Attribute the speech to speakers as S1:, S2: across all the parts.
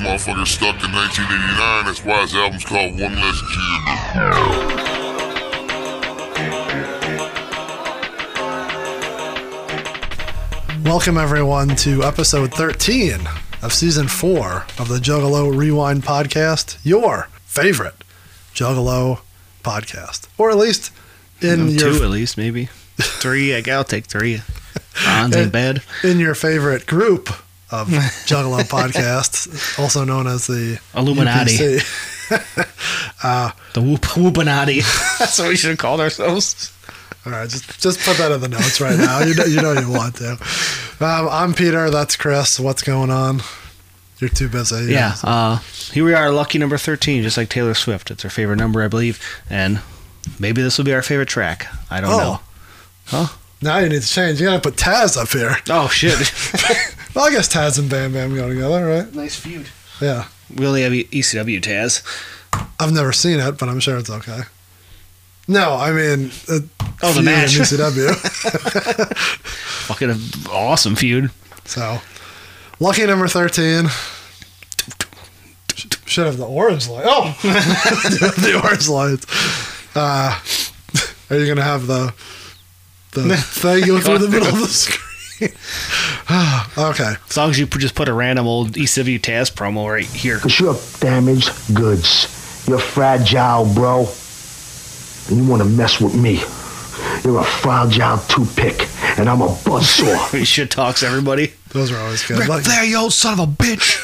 S1: motherfucker stuck in 1989. That's why his album's called One Less Kid.
S2: Welcome, everyone, to episode 13 of season four of the Juggalo Rewind podcast, your favorite Juggalo podcast, or at least in
S3: Um,
S2: your
S3: two at least, maybe three. I I'll take three. Mine's
S2: Uh,
S3: in bed.
S2: in your favorite group of Juggalo podcasts, also known as the
S3: Illuminati.
S2: UPC.
S3: The whoop whoopinati. That's what we should have called ourselves.
S2: All right, just just put that in the notes right now. You know you, know you want to. Um, I'm Peter. That's Chris. What's going on? You're too busy. you
S3: Yeah.
S2: know.
S3: Uh, here we are, lucky number thirteen, just like Taylor Swift. It's her favorite number, I believe, and maybe this will be our favorite track. I don't
S2: Oh.
S3: know.
S2: Now you need to change. You gotta put Taz up here.
S3: Oh shit!
S2: Well, I guess Taz and Bam Bam go together, right?
S3: nice feud.
S2: Yeah.
S3: We only have E- ECW Taz.
S2: I've never seen it, but I'm sure it's okay. No, I mean, uh,
S3: Oh, the
S2: feud in
S3: match.
S2: ECW.
S3: Fucking awesome feud.
S2: so, lucky number thirteen. Sh- Should have the orange light. Oh, the orange lights. Uh, are you gonna have the the thing go through the middle of the screen? okay.
S3: As long as you put- just put a random old ECW Taz promo right here.
S4: Because you're damaged goods. You're fragile, bro. And you want to mess with me. You're a fragile toothpick, and I'm a buzzsaw.
S3: He shit talks everybody.
S2: Those are always good. Like,
S3: you old son of a bitch.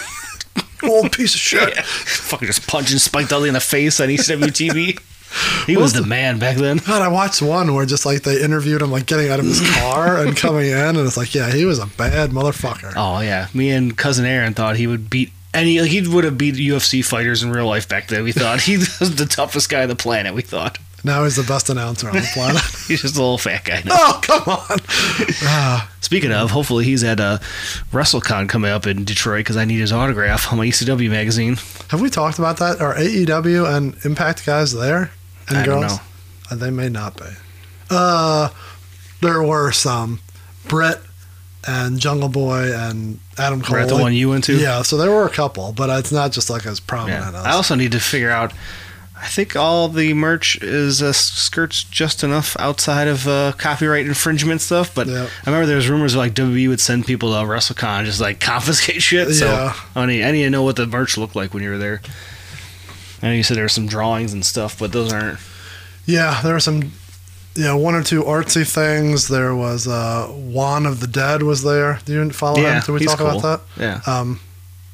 S2: old piece of shit.
S3: Yeah. Fucking just punching Spike Dudley in the face on E ECW TV. He was the man back then.
S2: God, I watched one where just like they interviewed him, like getting out of his car and coming in, and it's like, yeah, he was a bad motherfucker.
S3: Oh yeah, me and cousin Aaron thought he would beat any. Like, he would have beat UFC fighters in real life back then. We thought he was the toughest guy on the planet. We thought
S2: Now he's the best announcer on the planet.
S3: he's just a little fat guy. Now.
S2: oh, come on. Ah,
S3: Speaking of, hopefully he's at uh, WrestleCon coming up in Detroit because I need his autograph on my ECW magazine.
S2: have we talked about that? Are AEW and Impact guys there and
S3: I don't
S2: girls?
S3: know.
S2: Uh, They may not be. Uh, there were some Britt and Jungle Boy and Adam Cole.
S3: We're at the one you went to.
S2: Yeah, so there were a couple, but it's not just like as
S3: Yeah.
S2: prominent as.
S3: I also need to figure out. I think all the merch is uh, skirts just enough outside of uh, copyright infringement stuff. But
S2: Yep.
S3: I remember there was rumors of, like WWE would send people to WrestleCon and just like confiscate shit.
S2: Yeah.
S3: So I need, I need to know what the merch looked like when you were there. I know you said there were some drawings and stuff, but those aren't.
S2: Yeah, there were some, yeah, one or two artsy things. There was uh, Juan of the Dead was there. Do you follow
S3: Yeah,
S2: him? Did we
S3: he's
S2: talk
S3: cool.
S2: about
S3: Yeah,
S2: that? Um,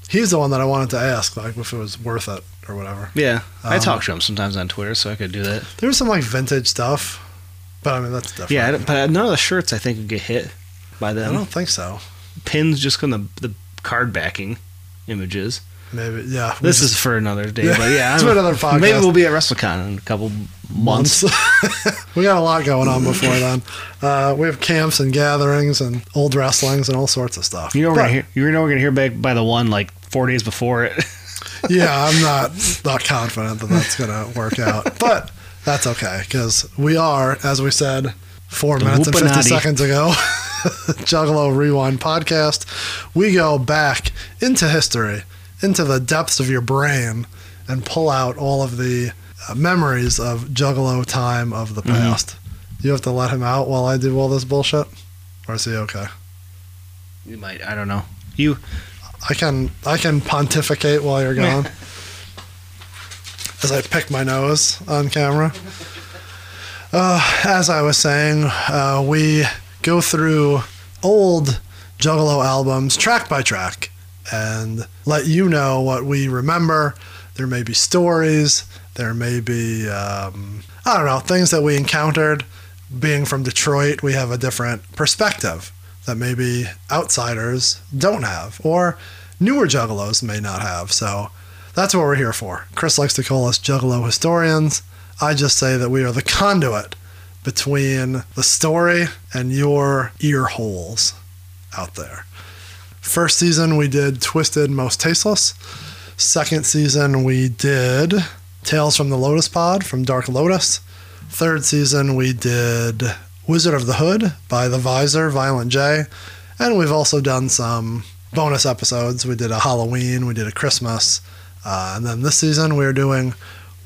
S2: he's the one that I wanted to ask, like if it was worth it or whatever.
S3: yeah. I
S2: um,
S3: talk to him sometimes on Twitter, so I could do that.
S2: There was some like vintage stuff, but I mean that's different.
S3: Yeah, I don't- but none of the shirts I think would get hit by
S2: I
S3: them.
S2: don't think so.
S3: Pins just on the the card backing images.
S2: Maybe yeah. we
S3: This
S2: just-
S3: is for another day,
S2: Yeah,
S3: but yeah,
S2: it's
S3: I'm-
S2: for another podcast.
S3: Maybe we'll be at WrestleCon in a couple months.
S2: we got a lot going on before then. Uh, we have camps and gatherings and old wrestlings and all sorts of stuff.
S3: You know we're
S2: But,
S3: gonna hear. You know we're gonna hear back by the one like four days before it.
S2: yeah, I'm not not confident that that's gonna work out, but that's okay because we are, as we said, four minutes and fifty
S3: Whoopinati.
S2: seconds ago. Juggalo Rewind podcast. We go back into history, into the depths of your brain, and pull out all of the uh, memories of Juggalo time of the past. You have to let him out while I do all this bullshit, or is he okay?
S3: you might. I don't know. You.
S2: I can I can pontificate while you're
S3: Yeah.
S2: gone. As I pick my nose on camera. Uh, as I was saying, uh, we go through old Juggalo albums track by track and let you know what we remember. There may be stories, there may be, um, I don't know, things that we encountered. Being from Detroit, we have a different perspective that maybe outsiders don't have or newer juggalos may not have. So that's what we're here for. Chris likes to call us juggalo historians. I just say that we are the conduit between the story and your ear holes out there. First season, we did Twisted Most Tasteless. Second season, we did Tales from the Lotus Pod from Dark Lotus. Third season, we did Wizard of the Hood by The Visor, Violent J. And we've also done some bonus episodes. We did a Halloween, we did a Christmas, uh, and then this season we're doing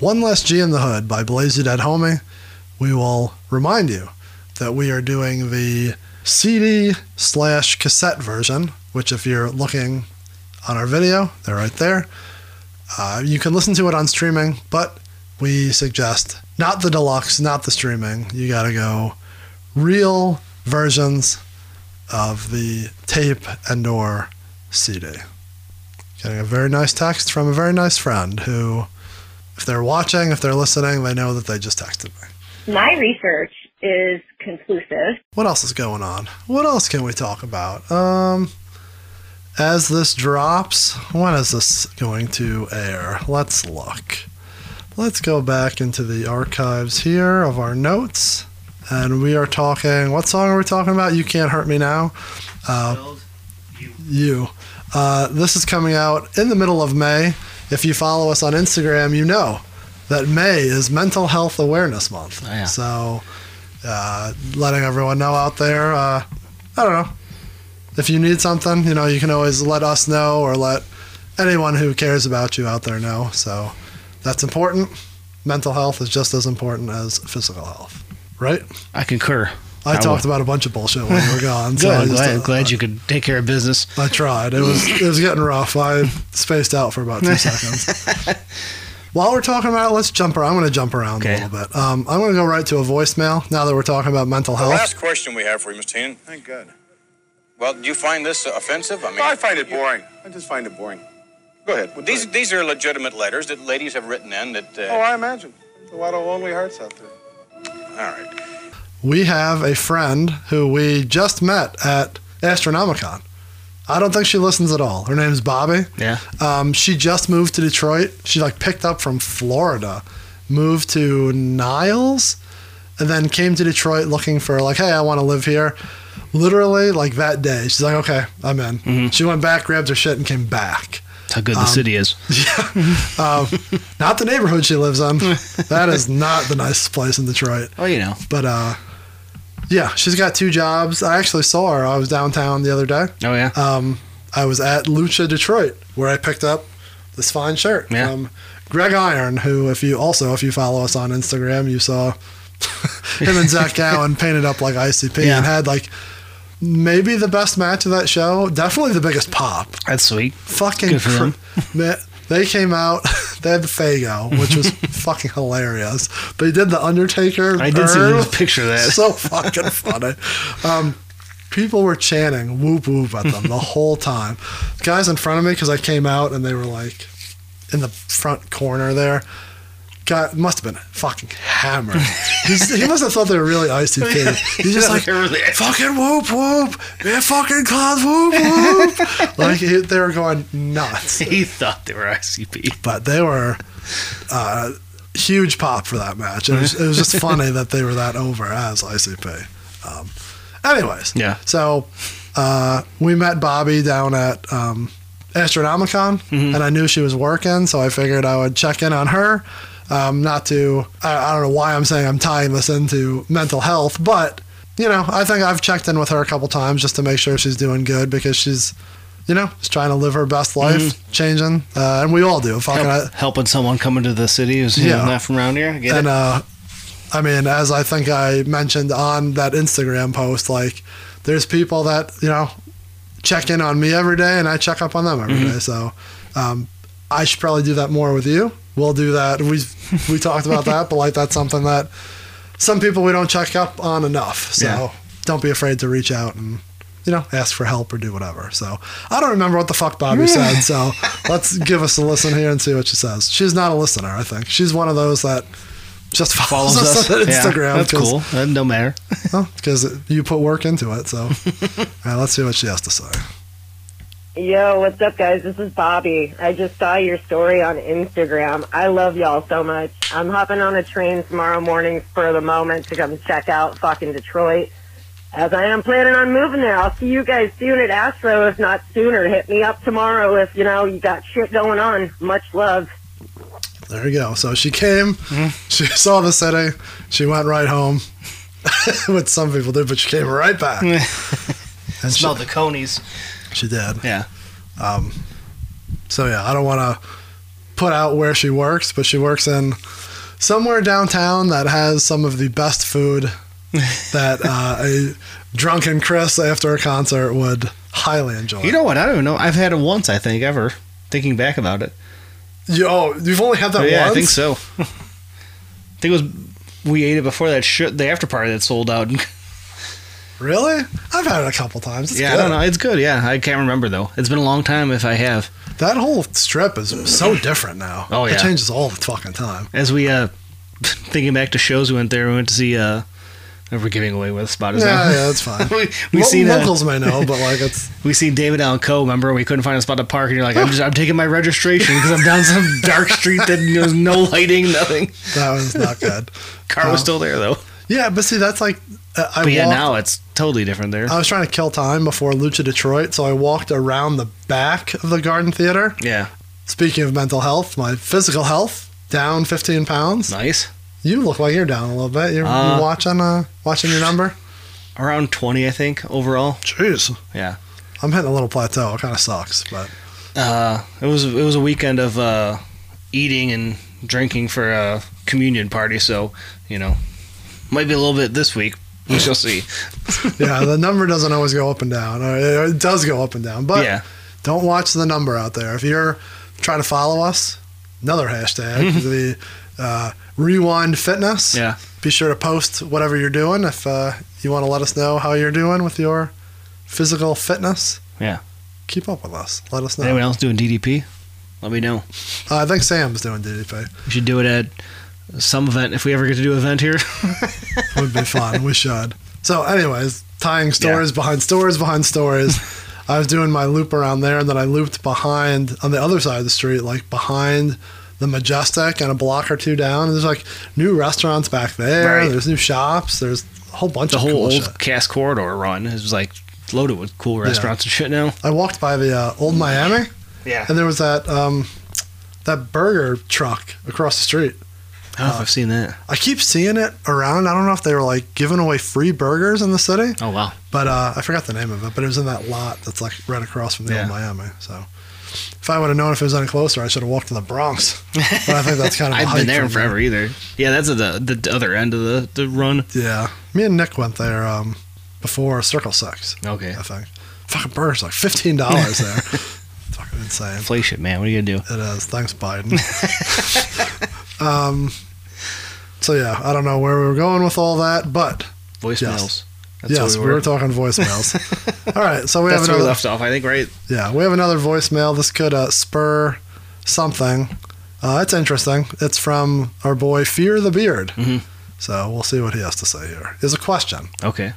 S2: One Less G in the Hood by Blaze Your Dead Homie. We will remind you that we are doing the CD slash cassette version, which if you're looking on our video, they're right there. Uh, you can listen to it on streaming, but we suggest not the deluxe, not the streaming. You got to go real versions of the tape and or CD. Getting a very nice text from a very nice friend who, if they're watching, if they're listening, they know that they just texted me.
S5: My research is conclusive.
S2: What else is going on? What else can we talk about? Um, as this drops, when is this going to air? Let's look. Let's go back into the archives here of our notes, and we are talking. What song are we talking about? You can't hurt me now.
S3: Uh,
S2: You. Uh, this is coming out in the middle of May. If you follow us on Instagram, you know that May is Mental Health Awareness Month.
S3: Oh, yeah.
S2: So, uh, letting everyone know out there, uh, I don't know. If you need something, you know, you can always let us know or let anyone who cares about you out there know. So, that's important. Mental health is just as important as physical health, right?
S3: I concur.
S2: I,
S3: I
S2: talked about a bunch of bullshit when we were gone. so I
S3: Good.
S2: just,
S3: glad,
S2: uh,
S3: glad you could take care of business.
S2: I tried. It was it was getting rough. I spaced out for about two seconds. While we're talking about it, let's jump around. I'm going to jump around
S3: Okay.
S2: a little bit. Um, I'm going to go right to a voicemail now that we're talking about mental
S6: The
S2: health.
S6: last question we have for you, Mr. Heenan.
S7: Thank God.
S6: Well, do you find this offensive? I mean,
S7: I find it boring. I just find it boring. Go ahead.
S6: Well, these these are legitimate letters that ladies have written in. That
S7: Oh,
S6: uh,
S7: I imagine. There's a lot of lonely hearts out there.
S6: all right.
S2: We have a friend who we just met at Astronomicon. I don't think she listens at all. Her name's Bobby.
S3: Yeah.
S2: Um, she just moved to Detroit. She like picked up from Florida, moved to Niles, and then came to Detroit looking for like, hey, I want to live here. Literally like that day, she's like, okay, I'm in. She went back, grabbed her shit, and came back.
S3: That's how good the city is.
S2: Not the neighborhood she lives in. that is not the nicest place in Detroit.
S3: Oh, you know.
S2: But uh, yeah, she's got two jobs. I actually saw her. I was downtown the other day.
S3: Oh, yeah.
S2: um, I was at Lucha Detroit where I picked up this fine shirt
S3: Yeah.
S2: from Greg Iron, who, if you also if you follow us on Instagram, you saw him and Zach Gowen painted up like ICP
S3: Yeah.
S2: and had like maybe the best match of that show, definitely the biggest pop.
S3: That's sweet.
S2: Fucking
S3: Good for them.
S2: man, they came out. They had the Fago, which was fucking hilarious. They did the Undertaker.
S3: I did see the
S2: Earl.
S3: picture of that.
S2: So fucking funny. Um, people were chanting whoop whoop at them the whole time. guys in front of me, because I came out and they were like in the front corner there. Got, must have been fucking hammered. He's, he must have thought they were really ICP. He's just like, fucking whoop whoop, man, fucking clowns whoop whoop. like he, they were going nuts,
S3: he thought they were ICP.
S2: but they were uh, huge pop for that match. It was, it was just funny that they were that over as ICP. Um, anyways,
S3: Yeah.
S2: So uh, we met Bobby down at um, Astronomicon, and I knew she was working, so I figured I would check in on her. Um, not to, I, I don't know why I'm saying I'm tying this into mental health, but you know, I think I've checked in with her a couple times just to make sure she's doing good because she's, you know, she's trying to live her best life, changing, uh, and we all do. Fucking, I-
S3: Help, helping someone coming to the city who's you know,
S2: Yeah.
S3: not from around here. I get
S2: and
S3: it.
S2: uh, I mean, as I think I mentioned on that Instagram post, like there's people that you know check in on me every day, and I check up on them every day.
S3: Mm-hmm.
S2: So um, I should probably do that more with you. We'll do that. We we talked about that, but like that's something that some people we don't check up on enough. So
S3: Yeah.
S2: don't be afraid to reach out and. You know, ask for help or do whatever. So I don't remember what the fuck Bobby said. So let's give us a listen here and see what she says. She's not a listener, I think. She's one of those that just follows,
S3: Follows
S2: us,
S3: us.
S2: on
S3: Yeah,
S2: Instagram.
S3: that's cool. That don't matter.
S2: Because you put work into it. So, all right, let's see what she has to say.
S5: Yo, what's up, guys? This is Bobby. I just saw your story on Instagram. I love y'all so much. I'm hopping on a train tomorrow morning for the moment to come check out fucking Detroit. As I am planning on moving there, I'll see you guys soon at Astro, if not sooner. Hit me up tomorrow if, you know, you got shit going on. Much love.
S2: There you go. So she came,
S3: Mm-hmm.
S2: she saw the city, she went right home, what some people do, but she came right back. and she,
S3: Smell the conies.
S2: she did.
S3: Yeah.
S2: Um, so yeah, I don't want to put out where she works, but she works in somewhere downtown that has some of the best food that uh, a drunken Chris after a concert would highly enjoy.
S3: You know what? I don't even know. I've had it once, I think, ever. Thinking back about it.
S2: You- oh, you've only had that
S3: yeah,
S2: once.
S3: I think so. I think it was we ate it before that shit the after party that sold out.
S2: Really? I've had it a couple times. It's
S3: yeah, I
S2: good.
S3: don't know. It's good. Yeah, I can't remember though. It's been a long time if I have.
S2: That whole strip is so different now.
S3: Oh,
S2: it
S3: yeah.
S2: changes all the fucking time.
S3: As we uh thinking back to shows we went there, we went to see uh we're giving away where the spot is
S2: Yeah,
S3: now.
S2: yeah, that's fine.
S3: we we
S2: Lo-
S3: seen uh,
S2: locals may know, but like it's
S3: we seen David Allen Coe. Remember, we couldn't find a spot to park, and you're like, "I'm just I'm taking my registration because I'm down some dark street that there's no lighting, nothing."
S2: that was not good.
S3: Car was
S2: Oh.
S3: still there though.
S2: Yeah, but see, that's like uh, I
S3: But yeah,
S2: walked- Uh,
S3: now it's totally different there.
S2: I was trying to kill time before Lucha Detroit, so I walked around the back of the Garden Theater.
S3: yeah,
S2: Speaking of mental health, my physical health down 15 pounds.
S3: nice.
S2: You look like you're down a little bit. You're
S3: Uh,
S2: you watching uh watching your number.
S3: Around twenty, I think overall.
S2: Jeez,
S3: Yeah.
S2: I'm hitting a little plateau. It kind of sucks, but
S3: Uh, it was it was a weekend of uh, eating and drinking for a communion party, so you know, might be a little bit this week. We shall see.
S2: yeah, the number doesn't always go up and down. Or It it does go up and down, but
S3: yeah,
S2: don't watch the number out there. If you're trying to follow us, another hashtag the uh, Rewind Fitness.
S3: yeah.
S2: Be sure to post whatever you're doing if uh, you want to let us know how you're doing with your physical fitness.
S3: Yeah.
S2: Keep up with us. Let us know.
S3: Anyone else doing DDP? Let me know.
S2: Uh, I think Sam's doing DDP.
S3: We should do it at some event if we ever get to do an event here.
S2: would be fun. We should. So, anyways, tying stories behind stories behind stories. I was doing my loop around there, and then I looped behind on the other side of the street, like behind the Majestic, and a block or two down. And there's like new restaurants back there.
S3: Right.
S2: There's new shops. There's a whole bunch
S3: the
S2: of
S3: whole
S2: cool
S3: old
S2: shit.
S3: cast corridor run is like loaded with cool restaurants and shit now.
S2: I walked by the uh, old Miami,
S3: Yeah.
S2: and there was that um, that burger truck across the street.
S3: I don't know if I've seen that.
S2: I keep seeing it around. I don't know if they were like giving away free burgers in the city.
S3: Oh wow.
S2: But uh, I forgot the name of it, but it was in that lot that's like right across from the
S3: Yeah.
S2: old Miami. So if I would have known if it was any closer, I should have walked to the Bronx. But I think that's kind of a
S3: I've
S2: hike
S3: been there
S2: for
S3: in
S2: me.
S3: forever either. Yeah, that's at the the other end of the, the run.
S2: Yeah. Me and Nick went there um, before Circle Six,
S3: Okay.
S2: I think. Fucking burgers like fifteen dollars there. Fucking insane.
S3: Inflation, man. What are you gonna do?
S2: It is. Thanks, Biden. um, so yeah, I don't know where we were going with all that, but
S3: Voicemails.
S2: Yes.
S3: That's
S2: yes,
S3: where
S2: we were talking voicemails. all right, so we
S3: That's
S2: have
S3: where we
S2: another
S3: left off, I think, right?
S2: Yeah, we have another voicemail. This could uh, spur something. Uh, it's interesting. It's from our boy Fear the Beard.
S3: Mhm.
S2: So we'll see what he has to say here. Is a question.
S3: Okay.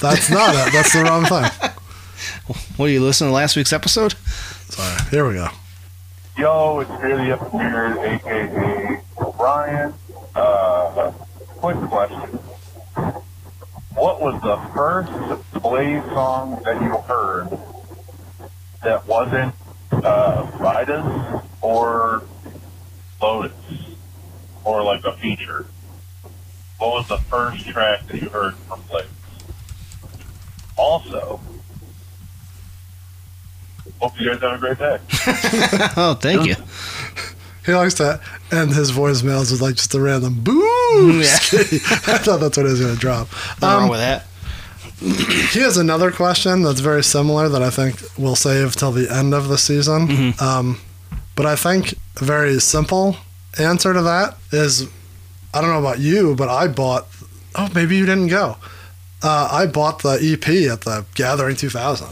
S2: That's not it. That's the wrong thing.
S3: What, you listening to last week's episode?
S2: Sorry. Here we go.
S8: Yo, it's Fairly Up Beard, aka Brian. Uh, quick question. What was the first Blaze song that you heard that wasn't uh, Riders or Lotus or like a feature? What was the first track that you heard from Blaze? Also, hope you guys have a great day.
S3: Oh, thank you.
S2: He likes to end his voicemails with like just a random boo.
S3: Mm, Yeah.
S2: I thought that's what he was going to drop.
S3: Nothing
S2: Um,
S3: wrong with that.
S2: He has another question that's very similar that I think we'll save till the end of the season.
S3: Mm-hmm.
S2: Um, but I think a very simple answer to that is I don't know about you, but I bought, oh, maybe you didn't go. Uh, I bought the EP at the Gathering 2000.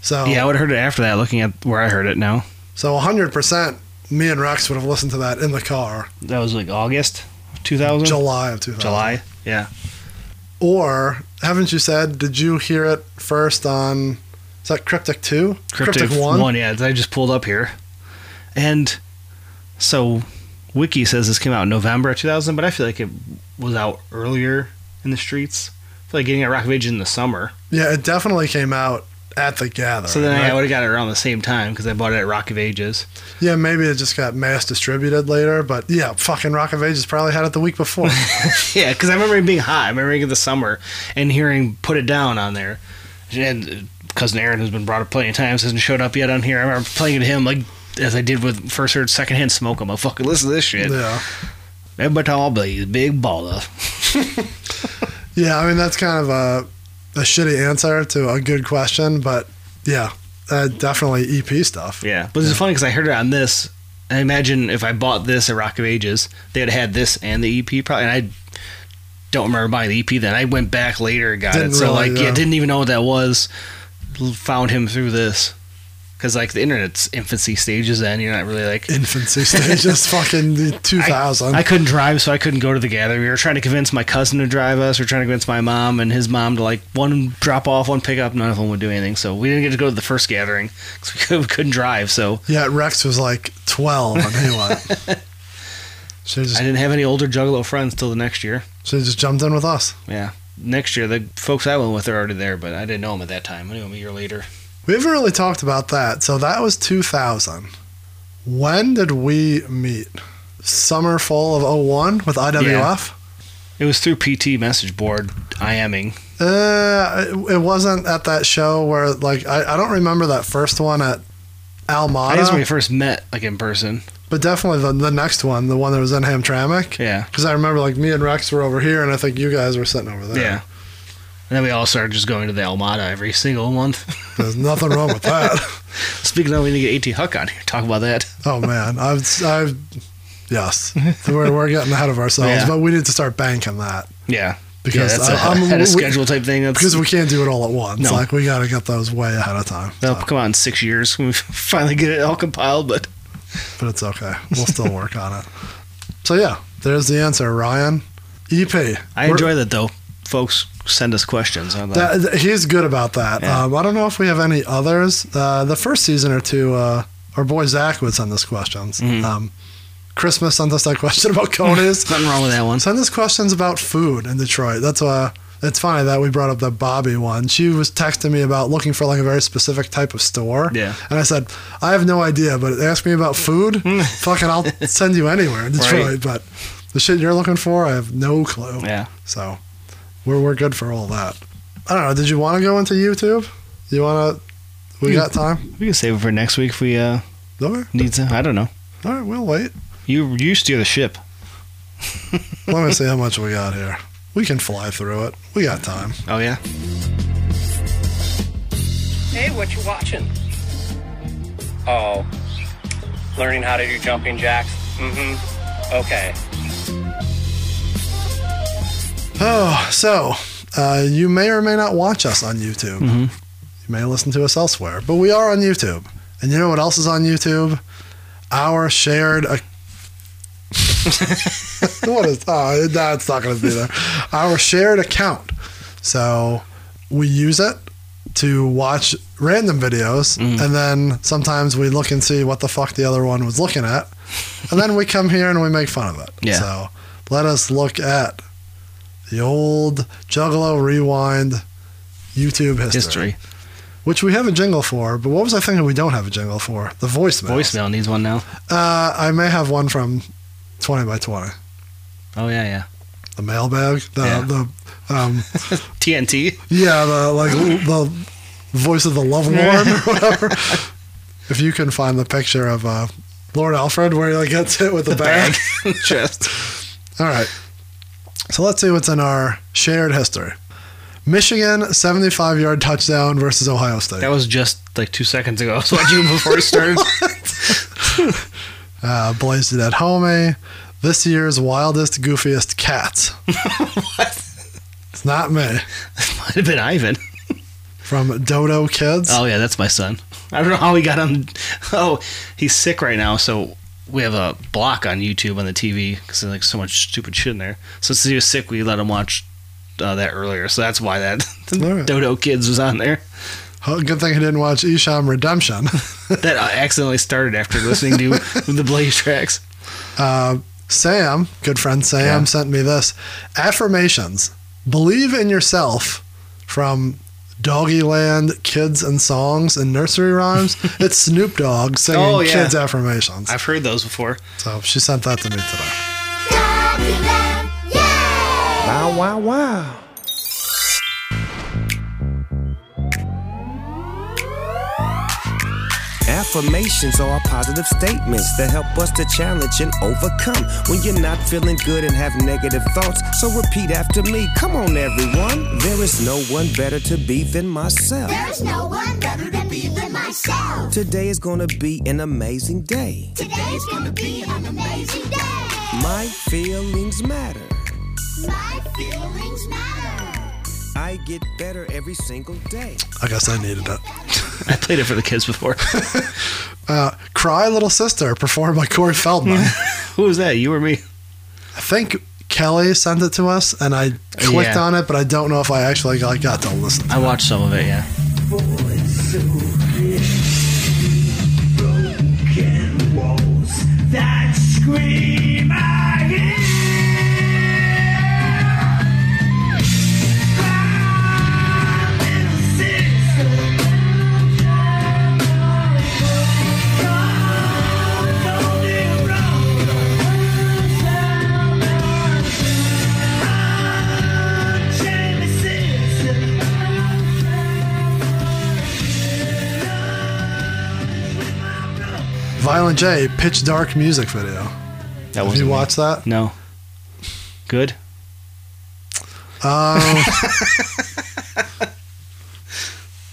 S2: So,
S3: Yeah, I would have heard it after that. Looking at where I heard it now,
S2: so 100%. Me and Rex would have listened to that in the car,
S3: that was like August, two thousand,
S2: July of 2000.
S3: Mm-hmm. July. Yeah,
S2: Or haven't you said? Did you hear it first on? Is that Cryptic Two?
S3: Yeah, that I just pulled up here, and so Wiki says this came out in November of two thousand, but I feel like it was out earlier in the streets. I feel like getting at Rock of Ages in the summer.
S2: Yeah, it definitely came out at the gathering.
S3: so then
S2: right?
S3: I would have got it around the same time because I bought it at Rock of Ages.
S2: yeah, maybe it just got mass distributed later, but yeah, fucking Rock of Ages probably had it the week before.
S3: Yeah, because I remember it being hot. I remember it in the summer and hearing "Put It Down" on there, and cousin Aaron, who's been brought up plenty of times, hasn't showed up yet on here. I remember playing to him like as I did with first heard secondhand smoke. I'm like, fucking listen to this shit.
S2: Yeah.
S3: Everybody talking about he's a big baller.
S2: Yeah, I mean that's kind of a a shitty answer to a good question, but yeah, uh, definitely EP stuff.
S3: Yeah, but it's funny because I heard it on this. I imagine if I bought this at Rock of Ages, they'd have had this and the EP probably. And I don't remember buying the EP then. I went back later and got
S2: Didn't
S3: it. So
S2: really,
S3: like, yeah.
S2: yeah.
S3: didn't even know what that was. L- Found him through this because like the internet's infancy stages. Then you're not really like.
S2: Infancy stages, fucking two thousand.
S3: I couldn't drive, so I couldn't go to the gathering. We were trying to convince my cousin to drive us. We were trying to convince my mom and his mom to like one drop off, one pick up. None of them would do anything, so we didn't get to go to the first gathering because we couldn't drive. So
S2: yeah, Rex was like twelve, and he went. Should
S3: I
S2: just
S3: didn't have any older Juggalo friends till the next year.
S2: should just jumped in with us.
S3: Yeah. Next year, the folks I went with are already there, but I didn't know them at that time. I knew them a year later.
S2: We haven't really talked about that. So that was 2000. When did we meet? Summer fall of 01 with IWF?
S3: It was through PT message board, IMing.
S2: Uh, it, it wasn't at that show where, like, I, I don't remember that first one at
S3: I guess when we
S2: Almada,
S3: first met, like in person.
S2: but definitely the, the next one, the one that was in Hamtramck.
S3: Yeah.
S2: Because I remember, like, me and Rex were over here, and I think you guys were sitting over there.
S3: Yeah. And then we all started just going to the Almada every single month.
S2: There's nothing wrong with that.
S3: Speaking of, we need to get AT Huck on here. Talk about that.
S2: Oh, man. I've, I've, yes. We're, we're getting ahead of ourselves,
S3: Yeah.
S2: but we need to start banking that.
S3: Yeah.
S2: Because
S3: yeah, that's
S2: I-
S3: a-
S2: I'm-
S3: had
S2: we-
S3: a schedule type thing. That's,
S2: because we can't do it all at once.
S3: No.
S2: Like we got to get those way ahead of time.
S3: that'll oh, come out in six years when we finally get it all compiled. But
S2: But it's okay. We'll still work on it. So yeah, there's the answer, Ryan. E EP.
S3: I enjoy that, though. Folks send us questions. I'm like,
S2: That, th- he's good about that.
S3: Yeah.
S2: Um, I don't know if we have any others. Uh, the first season or two, uh, our boy Zach would send us questions.
S3: Mm-hmm.
S2: Um, Christmas sent us that question about conies.
S3: nothing wrong with that one.
S2: Send us questions about food in Detroit. That's why it's funny that we brought up the Bobby one. She was texting me about looking for like a very specific type of store.
S3: Yeah.
S2: And I said, I have no idea, but ask me about food. fucking, I'll send you anywhere in Detroit. But the shit you're looking for, I have no clue.
S3: Yeah.
S2: So we're, we're good for all that. I don't know. Did you want to go into YouTube? You want to? We
S3: Yeah.
S2: got time?
S3: We can save it for next week if we uh,
S2: Okay.
S3: need to. I don't know.
S2: All right. We'll wait.
S3: You you steer the ship.
S2: Let me see how much we got here. We can fly through it. We got time.
S3: Oh yeah.
S9: Hey, what you watching? Oh, learning how to do jumping jacks. Mm-hmm. Okay.
S2: Oh, so uh, you may or may not watch us on YouTube. You may listen to us elsewhere, but we are on YouTube. And you know what else is on YouTube? Our shared. Ac- what is? Oh, that's not going to be there. Our shared account. So we use it to watch random videos, and then sometimes we look and see what the fuck the other one was looking at, and then we come here and we make fun of it.
S3: Yeah.
S2: So let us look at the old Juggalo Rewind YouTube history,
S3: History.
S2: which we have a jingle for. But what was I thinking? We don't have a jingle for the voicemail.
S3: Voicemail needs one now.
S2: Uh, I may have one from Twenty by Twenty,
S3: Oh yeah, yeah.
S2: the mailbag, the
S3: Yeah.
S2: the um,
S3: TNT.
S2: yeah, the like the voice of the love lord or whatever. if you can find the picture of uh, Lord Alfred where he like gets hit with the, bag.
S3: Chest.
S2: All right. So let's see what's in our shared history. Michigan 75 yard touchdown versus Ohio State.
S3: That was just like two seconds ago. I was watching it before it started.
S2: Uh, blazed it at home. eh? This year's wildest, goofiest cats. It's not me.
S3: Might have been Ivan.
S2: From Dodo Kids.
S3: Oh yeah, that's my son. I don't know how he got on. Oh, he's sick right now, so we have a block on YouTube on the TV because there's like so much stupid shit in there. So since he was sick, we let him watch uh, that earlier. So that's why that
S2: All right.
S3: Dodo Kids was on there.
S2: Oh, Good thing I didn't watch Isham Redemption.
S3: That I accidentally started after listening to the Blaze tracks.
S2: Sam, good friend Sam,
S3: Yeah.
S2: sent me this affirmations. Believe in yourself from Doggyland Kids and Songs and Nursery Rhymes. it's Snoop Dogg singing
S3: Oh, yeah.
S2: kids affirmations.
S3: I've heard those before.
S2: So she sent that to me today.
S10: Wow, wow, wow. Affirmations are positive statements that help us to challenge and overcome when you're not feeling good and have negative thoughts. So repeat after me. Come on, everyone. There is no one better to be than myself.
S11: There's no one better to be than myself.
S10: Today is gonna be an amazing day.
S11: Today's gonna be an amazing day.
S10: My feelings matter.
S11: My feelings matter.
S10: I get better every single day.
S2: I guess I needed it.
S3: I played it for the kids before.
S2: Uh, Cry Little Sister, performed by Corey Feldman.
S3: Who was that? You or me?
S2: I think Kelly sent it to us, and I clicked
S3: Oh, Yeah.
S2: on it, but I don't know if I actually like, got to listen.
S3: I watched some of it. Yeah.
S12: Broken walls that scream I hear. Cry, little sister. Come on the road. Unchain me,
S2: Violent J, Pitch Dark music video.
S3: That
S2: Have
S3: wasn't
S2: you
S3: me.
S2: watched that?
S3: No. Good.
S2: Um,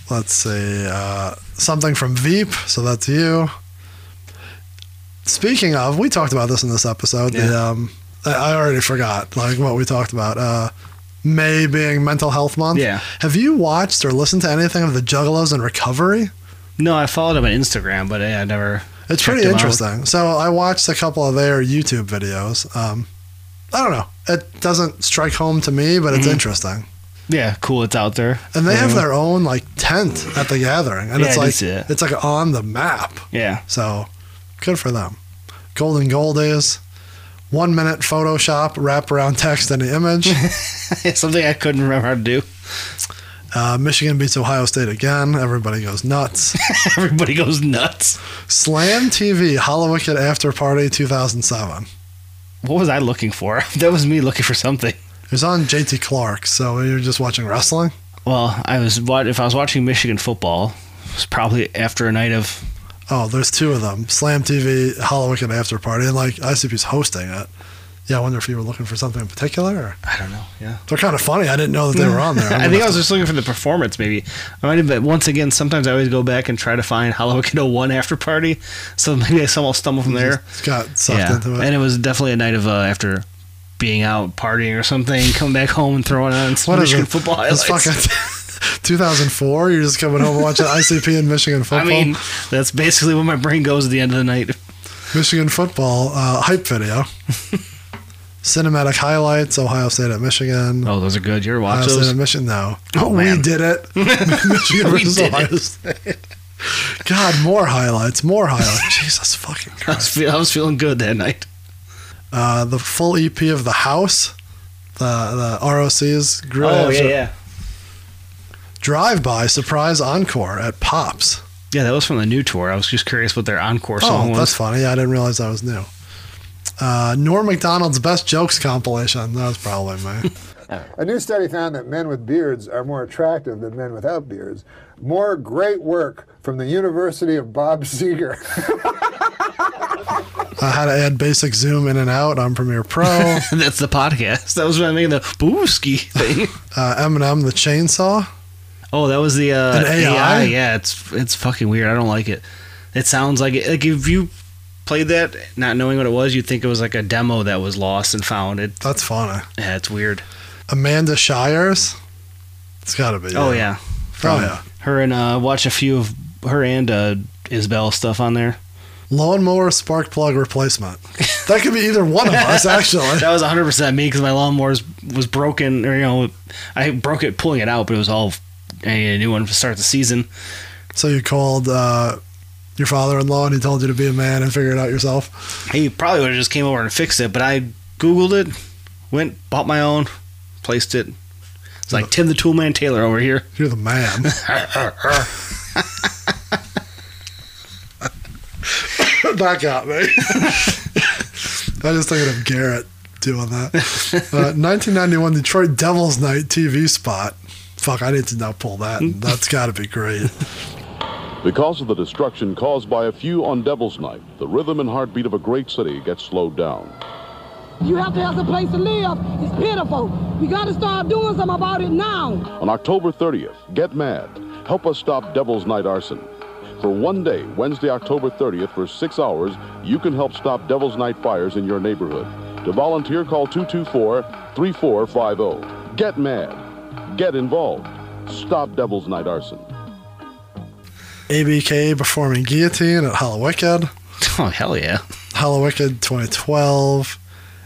S2: let's see. Uh, something from Veep, so that's you. Speaking of, we talked about this in this episode. The,
S3: Yeah.
S2: um, I- I already forgot like what we talked about. Uh, May being Mental Health Month.
S3: Yeah.
S2: Have you watched or listened to anything of the Juggalos in recovery?
S3: No, I followed him on Instagram, but eh, I never.
S2: It's
S3: checked
S2: pretty
S3: him out.
S2: interesting. So I watched a couple of their YouTube videos. Um, I don't know. It doesn't strike home to me, but it's
S3: Mm-hmm.
S2: interesting.
S3: Yeah, cool. It's out there.
S2: And they have
S3: Yeah.
S2: their own like tent at the gathering, and
S3: Mm-hmm. Yeah,
S2: it's
S3: I did
S2: like
S3: see that.
S2: it's like on the map.
S3: Yeah.
S2: So good for them. Golden Gold is one minute Photoshop wraparound text in the image.
S3: Something I couldn't remember how to do.
S2: Uh, Michigan beats Ohio State again. Everybody goes nuts.
S3: Everybody goes nuts.
S2: Slam TV Hollywood After Party 2007.
S3: What was I looking for? That was me looking for something.
S2: It was on JT Clark. So you're just watching wrestling.
S3: Well, I was wa- if I was watching Michigan football, it was probably after a night of
S2: Oh, there's two of them. Slam TV, Hollywood After Party, and like ICP's hosting it. Yeah, I wonder if you were looking for something in particular. Or?
S3: I don't know. Yeah.
S2: They're kind of funny. I didn't know that they were on there.
S3: I think I was just looking for the performance, maybe. I might have, but once again, sometimes I always go back and try to find Hollow Kiddo 1 after party. So maybe I somehow stumble from there.
S2: Just got sucked into it.
S3: And it was definitely a night of, uh, after being out partying or something, coming back home and throwing on some
S2: What is
S3: Michigan
S2: it?
S3: football
S2: It's
S3: highlights.
S2: fucking 2004. You're just coming home and watching ICP and Michigan football.
S3: I mean, that's basically what my brain goes at the end of the night.
S2: Michigan football uh, hype video. Cinematic highlights: Ohio State at Michigan.
S3: Oh, those are good. You're
S2: Ohio
S3: watching
S2: State
S3: those.
S2: at Michigan. No,
S3: Oh,
S2: we
S3: man.
S2: did it. Michigan
S3: We
S2: versus
S3: did
S2: Ohio
S3: it.
S2: State. God, more highlights, more highlights. Jesus fucking
S3: I
S2: Christ.
S3: was, feel, I was feeling good that night.
S2: Uh, the full EP of the House, the the ROC's group.
S3: Oh, yeah.
S2: Drive by surprise encore at Pops.
S3: Yeah, that was from the new tour. I was just curious what their encore
S2: Oh,
S3: song
S2: that's
S3: was.
S2: funny. I didn't realize that was new. Uh, Norm McDonald's best jokes compilation. That was probably me.
S13: A new study found that men with beards are more attractive than men without beards. More great work from the University of Bob Seger.
S2: uh, how to add basic zoom in and out on Premiere Pro. Uh,
S3: that's the podcast. That was when I made the booski thing.
S2: Uh, Eminem the chainsaw.
S3: Oh, that was the uh,
S2: An AI?
S3: AI? Yeah, it's it's fucking weird. I don't like it. It sounds like it. Like if you played that, not knowing what it was, you'd think it was like a demo that was lost and found. It
S2: That's funny.
S3: yeah, it's weird.
S2: Amanda Shires. It's got to be.
S3: Oh yeah,
S2: Oh yeah.
S3: her and uh, watch a few of her and uh, Isabel stuff on there.
S2: Lawnmower spark plug replacement. That could be either one of us actually.
S3: That was 100 percent me because my lawnmower was, was broken. Or you know, I broke it pulling it out, but it was all. I need a new one to start the season.
S2: So you called uh, your father-in-law and he told you to be a man and figure it out yourself.
S3: He probably would have just came over and fixed it, but I googled it, went bought my own, placed it. It's like Tim the Toolman Taylor over here.
S2: You're the man. that got me. I was thinking of Garrett doing that. Uh, 1991 Detroit Devils Night TV spot. Fuck, I need to now pull that. That's got to be great.
S14: Because of the destruction caused by a few on Devil's Night, the rhythm and heartbeat of a great city gets slowed down.
S15: You have to have a place to live. It's pitiful. We got to start doing something about it now.
S14: On October 30th, get mad. Help us stop Devil's Night arson. For one day, Wednesday, October 30th, for six hours, you can help stop Devil's Night fires in your neighborhood. To volunteer, call 224 3450. oh. Get mad. Get involved. Stop Devil's Night arson.
S2: ABK performing guillotine at Hollow Wicked.
S3: Oh, hell yeah.
S2: Hollow Wicked 2012.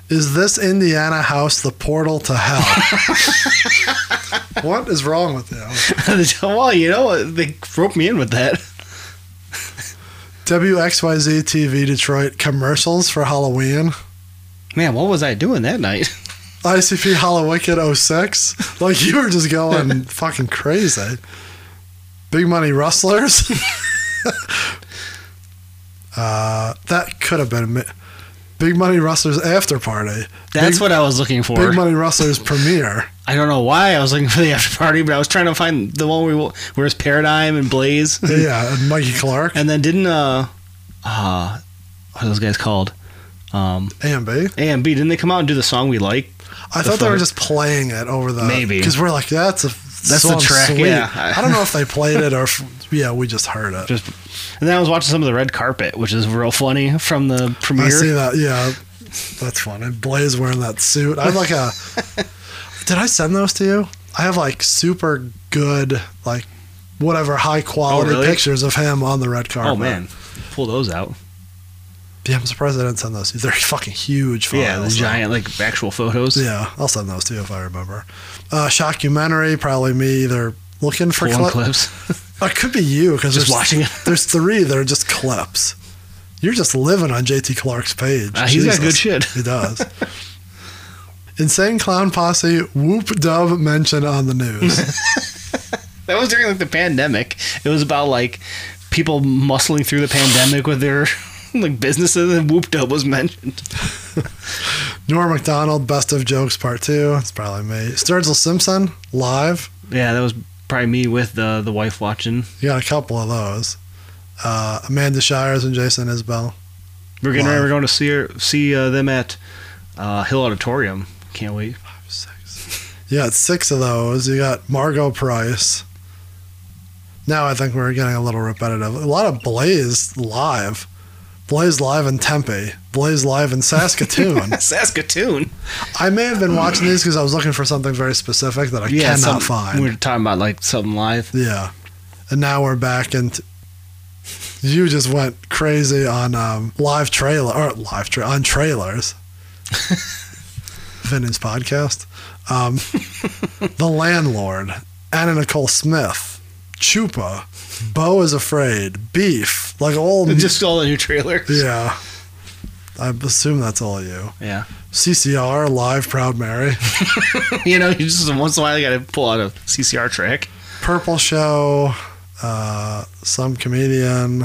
S2: Is this Indiana house the portal to hell? what is wrong with you?
S3: well, you know, they roped me in with that.
S2: WXYZ TV Detroit commercials for Halloween.
S3: Man, what was I doing that night?
S2: ICP Hollow Wicked 06. Like you were just going fucking crazy. Big money rustlers. uh, that could have been mi- Big Money Rustlers after party.
S3: That's
S2: Big-
S3: what I was looking for.
S2: Big Money Rustlers premiere.
S3: I don't know why I was looking for the after party, but I was trying to find the one where, where it's Paradigm and Blaze.
S2: yeah, and Mikey Clark.
S3: And then didn't uh, uh what are those guys called? Um,
S2: AMB.
S3: AMB. Didn't they come out and do the song we like?
S2: I
S3: The
S2: thought they were
S3: fuck-
S2: just playing it over the
S3: Maybe.
S2: because we're like that's a
S3: That's the
S2: song
S3: track,
S2: sweet.
S3: yeah.
S2: I don't know if they played it or if, yeah we just heard it.
S3: Just And then I was watching some of the red carpet, which is real funny from the premiere.
S2: I see that yeah, that's funny. Blaze wearing that suit. I have like a. did I send those to you? I have like super good like whatever high quality
S3: really?
S2: pictures of him on the red carpet.
S3: Oh man, pull those out.
S2: yeah, I'm surprised I didn't send those. to you. They're fucking huge. Files.
S3: Yeah, the Oh, giant like actual photos.
S2: Yeah, I'll send those to you if I remember. Uh, shockumentary, probably me either looking for
S3: Pulling
S2: cli-
S3: clips.
S2: Uh, It could be you because
S3: Just watching it.
S2: There's three that are just clips. You're just living on JT Clark's page.
S3: Uh, he's got good shit.
S2: He does. Insane clown posse whoop dub mention on the news.
S3: That was during like the pandemic. It was about like people muscling through the pandemic with their like businesses, and Whoop Dub was mentioned.
S2: Norm McDonald best of jokes part two. It's probably me. Sturgill Simpson live.
S3: Yeah, that was probably me with the the wife watching.
S2: You got a couple of those. Uh, Amanda Shires and Jason Isbell.
S3: We're getting ready.
S2: Live.
S3: We're going to see her, see uh, them at uh, Hill Auditorium. Can't wait.
S2: You got six of those. You got Margot Price. Now I think we're getting a little repetitive. A lot of Blaze live. Blaze live in Tempe. Blaze live in Saskatoon.
S3: Saskatoon.
S2: I may have been watching these because I was looking for something very specific that I
S3: Yeah,
S2: cannot
S3: some-
S2: find.
S3: We were talking about like something live.
S2: Yeah. And now we're back into. You just went crazy on um, live trailer or live tra- on trailers. Vinny's podcast. Um, the landlord, Anna Nicole Smith, Chupa, Bo is afraid, Beef, like all
S3: Just all the new trailers.
S2: yeah. I assume that's all you.
S3: Yeah.
S2: CCR live, Proud Mary,
S3: you know, you just once in a while you got to pull out a CCR track.
S2: Purple Show, uh, some comedian.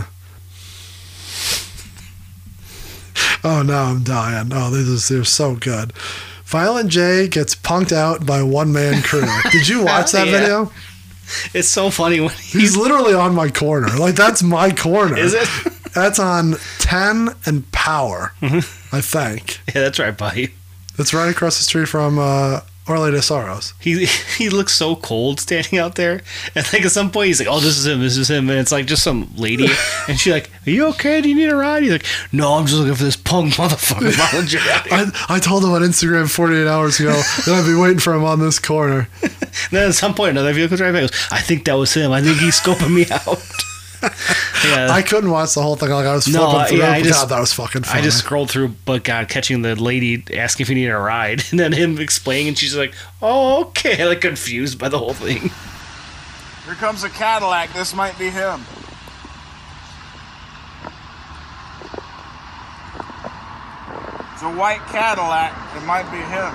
S2: Oh no, I'm dying. Oh, this is they're so good. Violent J gets punked out by one man crew. Did you watch that
S3: Yeah.
S2: video?
S3: It's so funny when
S2: He's literally on my corner. Like that's my corner.
S3: is it?
S2: That's on ten and power.
S3: Mm-hmm.
S2: I think
S3: Yeah, that's right, buddy.
S2: it's right across the street from uh, Orlando Soros.
S3: He he looks so cold standing out there, and like at some point he's like, "Oh, this is him, this is him," and it's like just some lady, and she's like, "Are you okay? Do you need a ride?" He's like, "No, I'm just looking for this punk motherfucker." Violent J out here."
S2: I, I told him on Instagram 48 hours ago that I'd be waiting for him on this corner.
S3: And then at some point another vehicle drives by. and Goes, "I think that was him. I think he's scoping me out." yeah,
S2: I
S3: I,
S2: couldn't watch the whole thing. Like I was
S3: Uh, No,
S2: flipping
S3: I-
S2: through.
S3: yeah, I
S2: God,
S3: just-
S2: that was fucking funny.
S3: just scrolled through, but God, catching the lady asking if he needed a ride, and then him explaining, and she's like, "Oh, okay," like confused by the whole thing.
S16: Here comes a Cadillac. This might be him. It's a white Cadillac. It might be him.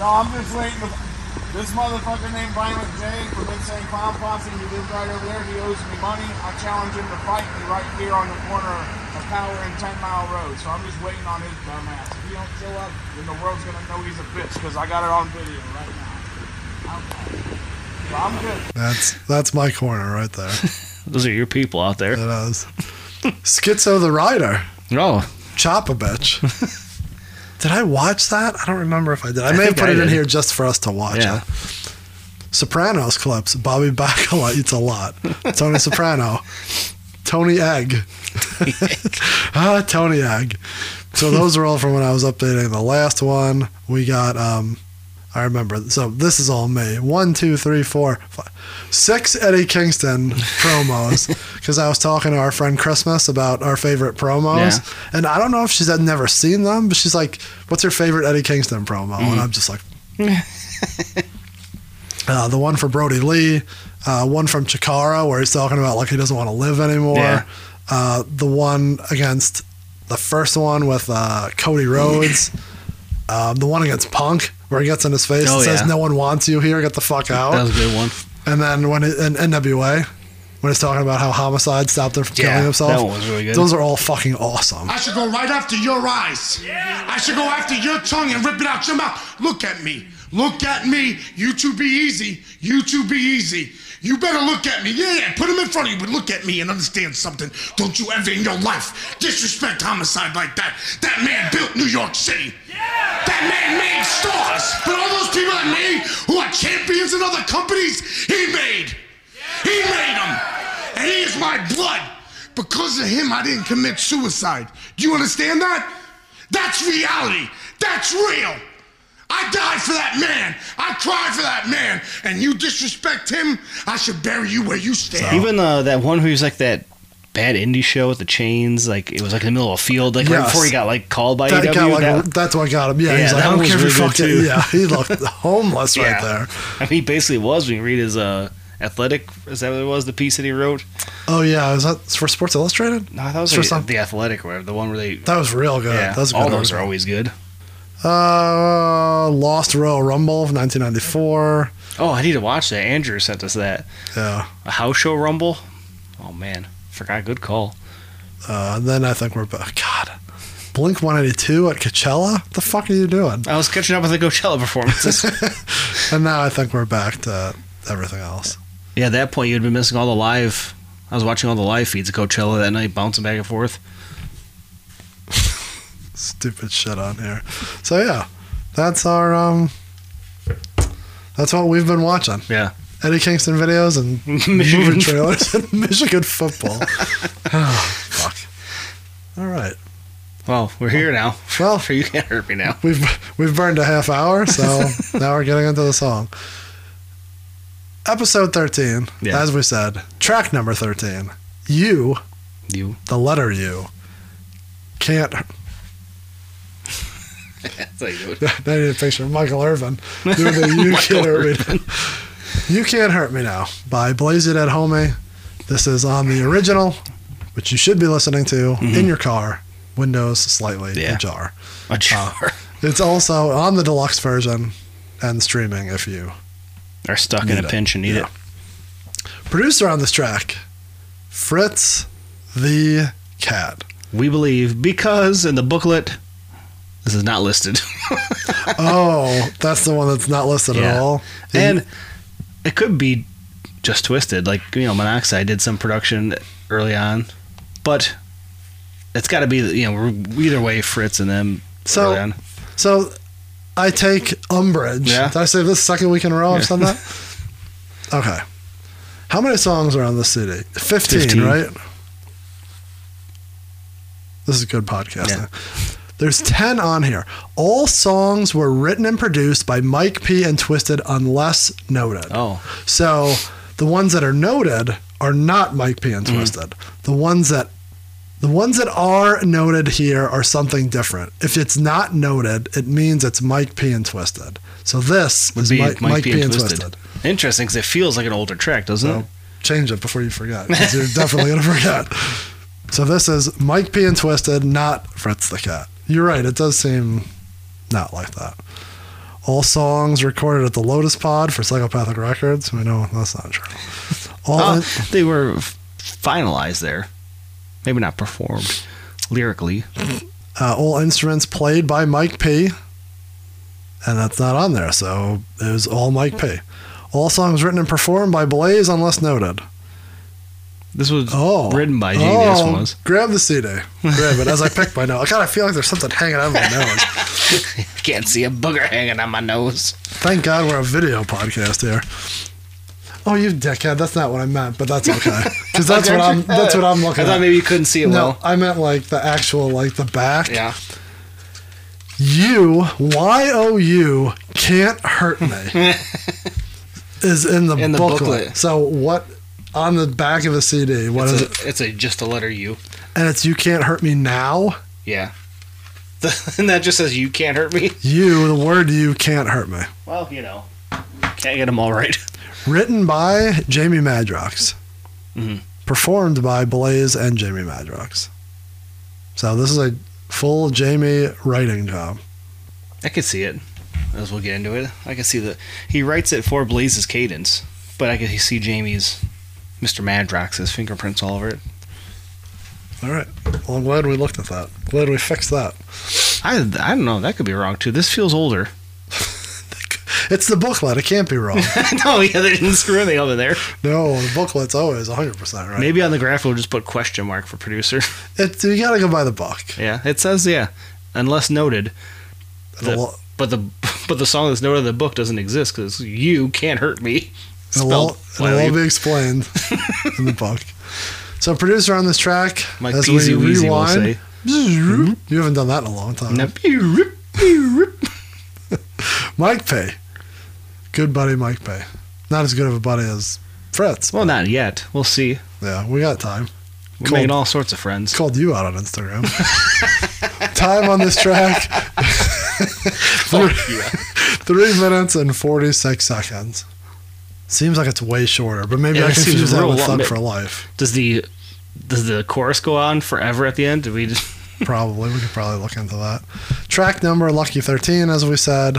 S16: No, I'm just waiting. To... This motherfucker named Violent J for been saying Clown Posse, he lives right over there, he owes me money. I challenge him to fight me right here on the corner of Power and 10 Mile Road. So I'm just waiting on his dumb ass. If he don't show up, then the world's gonna know he's a bitch, because I got it on video right now. Okay. So I'm good.
S2: That's that's my corner right there.
S3: Those are your people out there. It
S2: is. Schizo the Rider.
S3: Oh.
S2: Chop a bitch. did I watch that? I don't remember if I did. I,
S3: I
S2: may have
S3: think
S2: put
S3: I
S2: it in
S3: did.
S2: here just for us to watch.
S3: Yeah.
S2: it. Sopranos clips. Bobby Bacala eats a lot. Tony Soprano. Tony Egg. ah, Tony Egg. So those are all from when I was updating the last one. We got um I remember so this is all me. One, two, three, four, five, six Eddie Kingston promos. Because I was talking to our friend Christmas about our favorite promos. And I don't know if she's had never seen them, but she's like, What's your favorite Eddie Kingston promo? And I'm just like uh, the one for Brody Lee, uh, one from Chikara where he's talking about like he doesn't want to live anymore.
S3: Yeah.
S2: Uh, the one against the first one with uh, Cody Rhodes. um, the one against Punk where he gets in his face
S3: Oh,
S2: and says,
S3: yeah.
S2: "No one wants you here. Get the fuck out."
S3: That was a good one.
S2: And then when it, in NWA, when he's talking about how homicide stopped him from
S3: Yeah,
S2: killing himself,
S3: that one was really good.
S2: Those are all fucking awesome.
S17: I should go right after your eyes. Yeah. I should go after your tongue and rip it out your mouth. Look at me. Look at me. You two be easy. You two be easy. You better look at me. Yeah, yeah, put him in front of you, but look at me and understand something. Don't you ever in your life disrespect homicide like that. That man built New York City. That man made stars. But all those people that made who are champions in other companies, he made. He made them. And he is my blood. Because of him, I didn't commit suicide. Do you understand that? That's reality. That's real. I died for that man. I cried for that man. And you disrespect him, I should bury you where you stand.
S3: Even uh, that one who's like that bad indie show with the chains, like it was like in the middle of a field, like right
S2: Yes.
S3: before he got like called by
S2: That
S3: EW.
S2: got like,
S3: that-
S2: that's what got him. Yeah, he's like,
S3: that
S2: I don't
S3: one
S2: care if
S3: was
S2: you
S3: really
S2: fucked
S3: good,
S2: it.
S3: too.
S2: Yeah, he looked homeless right there.
S3: I mean, he basically was when you read his uh, athletic. Is that what it was? The piece that he wrote.
S2: Oh yeah, is that for Sports Illustrated?
S3: No, that was
S2: for
S3: the,
S2: some-
S3: the athletic, where the one where they.
S2: That was real good.
S3: Yeah,
S2: That was a good
S3: all
S2: one.
S3: those are always good.
S2: Uh, Lost Royal Rumble of 1994.
S3: Oh, I need to watch that. Andrew sent us that.
S2: Yeah.
S3: A house show rumble. Oh man, forgot. Good call.
S2: Uh, then I think we're back. God, Blink 182 at Coachella. What the fuck are you doing?
S3: I was catching up with the Coachella performances.
S2: and now I think we're back to everything else.
S3: Yeah, at that point you'd been missing all the live. I was watching all the live feeds of Coachella that night, bouncing back and forth.
S2: Stupid shit on here. So yeah, that's our um. That's what we've been watching.
S3: Yeah.
S2: Eddie Kingston videos and
S3: Michigan.
S2: movie trailers and Michigan football. Oh, fuck. All right.
S3: Well, we're here now.
S2: Well,
S3: Oh, you can't hurt me now.
S2: We've we've burned a half hour, so now we're getting into the song. Episode thirteen,
S3: Yeah.
S2: as we said, track number thirteen. You,
S3: you,
S2: the letter U, can't.
S3: That's how you do it.
S2: I need a picture of Michael Irvin doing the "You
S3: Michael
S2: can't hurt me." You can't hurt me now by Blaze It at Homie. This is on the original, which you should be listening to
S3: Mm-hmm.
S2: in your car, windows slightly ajar.
S3: A jar.
S2: It's also on the deluxe version and streaming if you
S3: Are stuck in
S2: Need
S3: a
S2: it.
S3: pinch and need
S2: Yeah. Producer on this track, Fritz the Cat.
S3: it. We believe because in the booklet, this is not listed.
S2: oh, that's the one that's not listed at
S3: Yeah.
S2: all.
S3: and it could be just twisted. Like, you know, Monoxide did some production early on, but it's got to be, you know, either way, Fritz and them.
S2: So-
S3: early on.
S2: So I take umbrage.
S3: Yeah.
S2: Did I say this second week in a row I've said
S3: Yeah.
S2: that? Okay. How many songs are on this CD? 15,
S3: 15.
S2: right? This is good podcasting. There's 10 on here. All songs were written and produced by Mike P and Twisted unless noted.
S3: Oh.
S2: So the ones that are noted are not Mike P and Twisted. The ones that the ones that are noted here are something different. If it's not noted, it means it's Mike P and Twisted. So this
S3: would
S2: is
S3: be
S2: Mike, Mike P and Twisted.
S3: Interesting because it feels like an older track, doesn't it?
S2: Change it before you forget, 'cause you're definitely gonna forget. So this is Mike P and Twisted, not Fritz the Cat. You're right. It does seem not like that. All songs recorded at the Lotus Pod for Psychopathic Records. We know that's not true. All
S3: Uh,
S2: in-
S3: they were f- finalized there. Maybe not performed lyrically.
S2: uh, all instruments played by Mike P. And that's not on there, so it was all Mike P. All songs written and performed by Blaze, unless noted.
S3: This was
S2: oh,
S3: written by Genius was.
S2: Grab the CD. Grab it as I pick my nose. God, I feel like there's something hanging out of my nose.
S3: Can't see a booger hanging on my nose.
S2: Thank God we're a video podcast here. Oh, you dickhead! That's not what I meant, but that's okay because that's what I'm. That's what I'm looking.
S3: I thought
S2: at.
S3: maybe you couldn't see it
S2: no,
S3: well.
S2: I meant like the actual, like the back.
S3: Yeah.
S2: You Y O U can't hurt me is in the,
S3: In the
S2: booklet.
S3: booklet.
S2: So what on the back of the CD? What
S3: it's
S2: is
S3: a,
S2: it?
S3: It's a just a letter U.
S2: And it's you can't hurt me now.
S3: Yeah. and that just says you can't hurt me.
S2: You, the word you can't hurt me.
S3: Well, you know, can't get them all right.
S2: Written by Jamie Madrox. Performed by Blaze and Jamie Madrox. So this is a full Jamie writing job.
S3: I could see it. As we'll get into it, I can see that he writes it for Blaze's cadence, but I can see Jamie's, Mr. Madrox's fingerprints all over it.
S2: All right. Well, I'm glad we looked at that. Glad we fixed that.
S3: I I don't know. That could be wrong too. This feels older.
S2: It's the booklet. It can't be wrong.
S3: no, yeah, they didn't screw anything up in there.
S2: no, the booklet's always 100% right.
S3: Maybe on the graph we'll just put question mark for producer.
S2: It, you gotta go by the book.
S3: Yeah, it says yeah, unless noted.
S2: The
S3: The-
S2: lo-
S3: but the but the song that's noted in the book doesn't exist because you can't hurt me.
S2: It'll all, it'll
S3: Y O U.
S2: all be explained in the book. So, producer on this track,
S3: Mike Peasy Weezy will say.
S2: Mm-hmm. You haven't done that in a long time. Mike Pay. Good buddy, Mike Pay. Not as good of a buddy as Fritz.
S3: Well, not yet. We'll see.
S2: Yeah, we got time.
S3: We're
S2: Cold-
S3: making all sorts of friends.
S2: Called you out on Instagram. time on this track three minutes and 46 seconds. Seems like it's way shorter, but maybe
S3: Yeah,
S2: I
S3: it seems
S2: confused that
S3: real
S2: with
S3: long,
S2: Thug
S3: but-
S2: for Life.
S3: Does the does the chorus go on forever at the end? Do we just
S2: probably. We could probably look into that. Track number Lucky 13, as we said.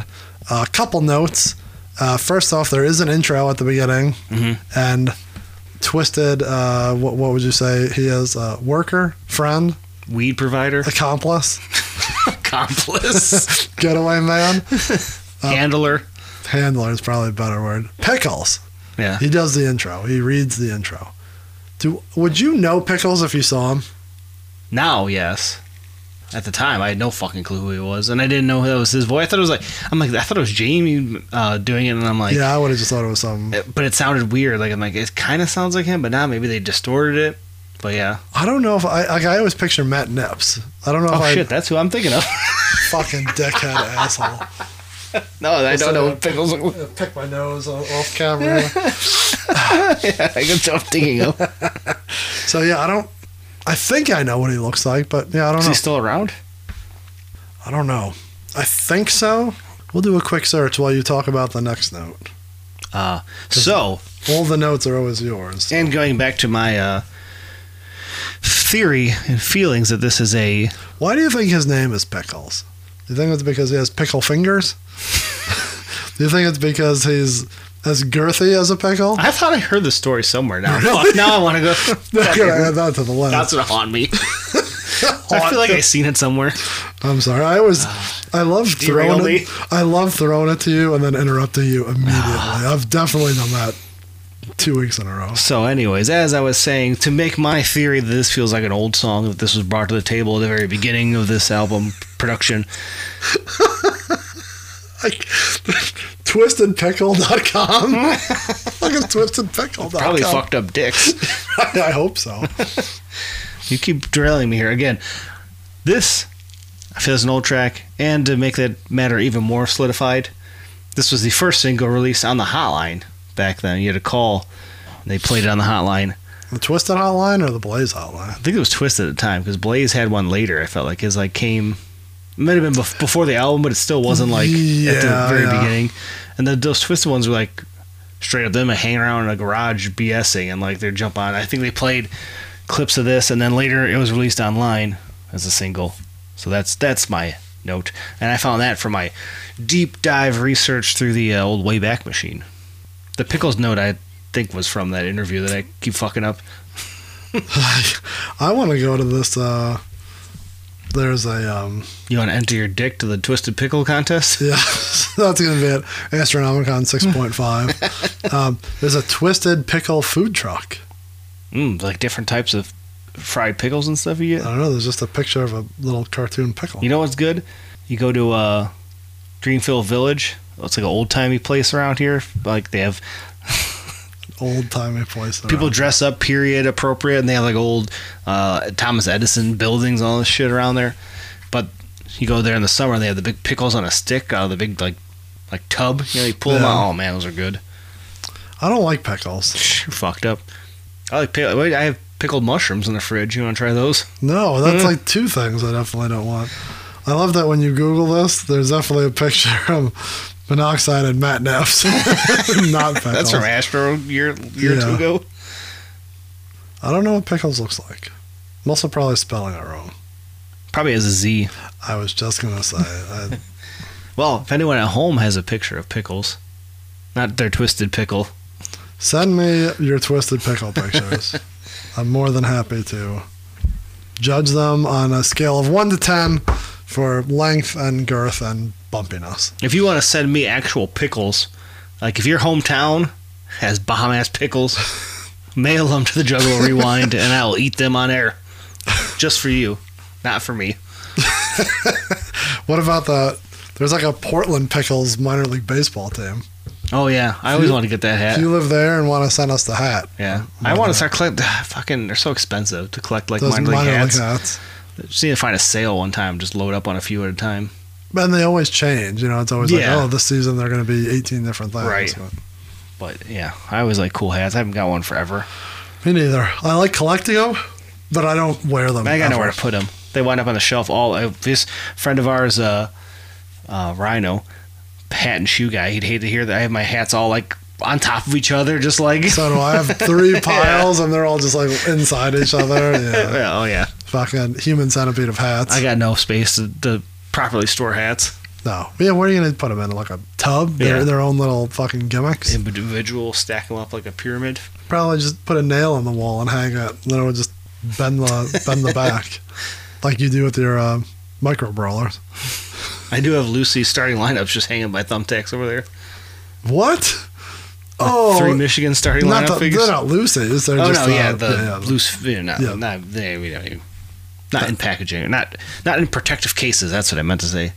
S2: A couple notes. Uh, first off, there is an intro at the beginning,
S3: Mm-hmm.
S2: and Twisted, uh, what, what would you say he is? Uh, worker, friend,
S3: weed provider,
S2: accomplice,
S3: accomplice,
S2: getaway man, Um,
S3: handler?
S2: handler is probably a better word. Pickles.
S3: Yeah.
S2: He does the intro. He reads the intro. Do would you know Pickles if you saw him?
S3: Now, yes. At the time, I had no fucking clue who he was, and I didn't know that was his voice. I thought it was like I'm like I thought it was Jamie uh, doing it, and I'm like,
S2: yeah, I would have just thought it was something.
S3: it- but it sounded weird. Like I'm like it kind of sounds like him, but now maybe they distorted it. But yeah.
S2: I don't know if I like. I always picture Matt Nips. I don't know if
S3: Oh
S2: I
S3: shit, that's who I'm thinking of.
S2: fucking dickhead asshole.
S3: no, I
S2: Also,
S3: don't know.
S2: uh,
S3: what Pickles.
S2: Pick my nose o- off camera.
S3: yeah, I guess I'm thinking of.
S2: so yeah, I don't. I think I know what he looks like, but yeah, I don't
S3: Is
S2: know.
S3: he still around?
S2: I don't know. I think so. We'll do a quick search while you talk about the next note.
S3: Uh, so
S2: All the notes are always yours.
S3: And going back to my uh, theory and feelings that this is a
S2: Why do you think his name is Pickles? Do you think it's because he has pickle fingers? do you think it's because he's as girthy as a pickle?
S3: I thought I heard the story somewhere. Now,
S2: Really?
S3: Fuck, now I want to go.
S2: They're gonna add that to the list.
S3: That's what haunt me. I feel like I've seen it somewhere.
S2: I'm sorry. I was.
S3: Uh,
S2: I love throwing
S3: derailed
S2: it.
S3: me.
S2: I love throwing it to you and then interrupting you immediately.
S3: Ah.
S2: I've definitely done that two weeks in a row.
S3: So, anyways, as I was saying, to make my theory that this feels like an old song, that this was brought to the table at the very beginning of this album production,
S2: Like twistedpickle.com. Fucking twistedpickle.com.
S3: probably fucked up dicks.
S2: I hope so.
S3: You keep derailing me here again. This, I feel, is an old track, and to make that matter even more solidified, this was the first single released on the hotline back then. You had to call, and they played it on the hotline.
S2: The twisted hotline or the blaze hotline?
S3: I think it was Twisted at the time because Blaze had one later. I felt like his like came. It might have been bef- before the album, but it still wasn't like at
S2: Yeah,
S3: the very
S2: yeah.
S3: beginning. And then those Twisted ones were like straight up them hanging around in a garage BSing and like they jump on. I think they played clips of this, and then later it was released online as a single. So that's that's my note. And I found that for my deep dive research through the uh, old Wayback Machine. The pickles note, I think, was from that interview that I keep fucking up.
S2: I want to go to this. Uh, there's a. Um,
S3: you want to enter your dick to the Twisted Pickle contest?
S2: Yeah, that's going to be at Astronomicon 6.5. um, there's a Twisted Pickle food truck.
S3: Mm, like different types of fried pickles and stuff you
S2: I
S3: get.
S2: don't know. There's just a picture of a little cartoon pickle.
S3: You know what's good? You go to uh, Greenfield Village. It's like an old timey place around here. Like they have
S2: Old timey place.
S3: people
S2: around.
S3: dress up period appropriate and they have like old uh, thomas edison buildings and all this shit around there but you go there in the summer and they have the big pickles on a stick out of the big like like tub you know you pull them
S2: Yeah.
S3: out oh man those are good
S2: I don't like pickles.
S3: You're fucked up i like pickle wait i have pickled mushrooms in the fridge you want to try those
S2: No, that's
S3: Mhm.
S2: like two things I definitely don't want. I love that when you Google this, there's definitely a picture of monoxide and Matt Neffs. Not pickles.
S3: that's from astro year year
S2: Yeah.
S3: two ago
S2: I don't know what pickles looks like. I'm also probably spelling it wrong.
S3: probably has a z
S2: I was just gonna say uh, I,
S3: well if anyone at home has a picture of pickles not their twisted pickle
S2: Send me your twisted pickle pictures. I'm more than happy to judge them on a scale of 1 to 10 for length and girth and bumpiness.
S3: If you want to send me actual pickles, like if your hometown has bomb ass pickles, mail them to the Juggalo Rewind and I'll eat them on air. Just for you, not for me.
S2: What about the there's like a Portland Pickles minor league baseball team.
S3: Oh, yeah. I always want to get that
S2: If
S3: hat.
S2: you live there and want to send us the hat,
S3: Yeah. I want to start collecting. Fucking, they're so expensive to collect like
S2: those
S3: minor league hats.
S2: hats.
S3: Just need to find a sale one time, just load up on a few at a time.
S2: And they always change, you know, it's always
S3: Yeah.
S2: like, oh, this season they're going to be 18 different things.
S3: Right. But yeah, I always like cool hats. I haven't got one forever.
S2: Me neither. I like collecting them, but I don't wear them.
S3: I got
S2: ever.
S3: nowhere to put them. They wind up on the shelf. All uh, this friend of ours, uh, uh, Rhino, hat and shoe guy. He'd hate to hear that I have my hats all like on top of each other, just like.
S2: So do I have three piles and they're all just like inside each other. Yeah.
S3: Yeah, oh yeah,
S2: Fucking human centipede of hats.
S3: I got no space to, to properly store hats.
S2: no. Yeah, where are you going to put them in? Like a tub? They're
S3: Yeah.
S2: their own little fucking gimmicks?
S3: Individual, stack them up like a pyramid.
S2: Probably just put a nail on the wall and hang it. Then it would just bend the, bend the back like you do with your uh, micro brawlers.
S3: I do have Lucy's starting lineups just hanging by thumbtacks over there.
S2: What? Oh,
S3: Three Michigan starting
S2: not
S3: lineup
S2: the,
S3: figures.
S2: they're not loosies. They're
S3: oh
S2: just
S3: no,
S2: uh,
S3: yeah, the
S2: yeah, yeah.
S3: loose, you know,
S2: Yeah.
S3: not they, we don't even- not in packaging, not not in protective cases. That's what I meant to say.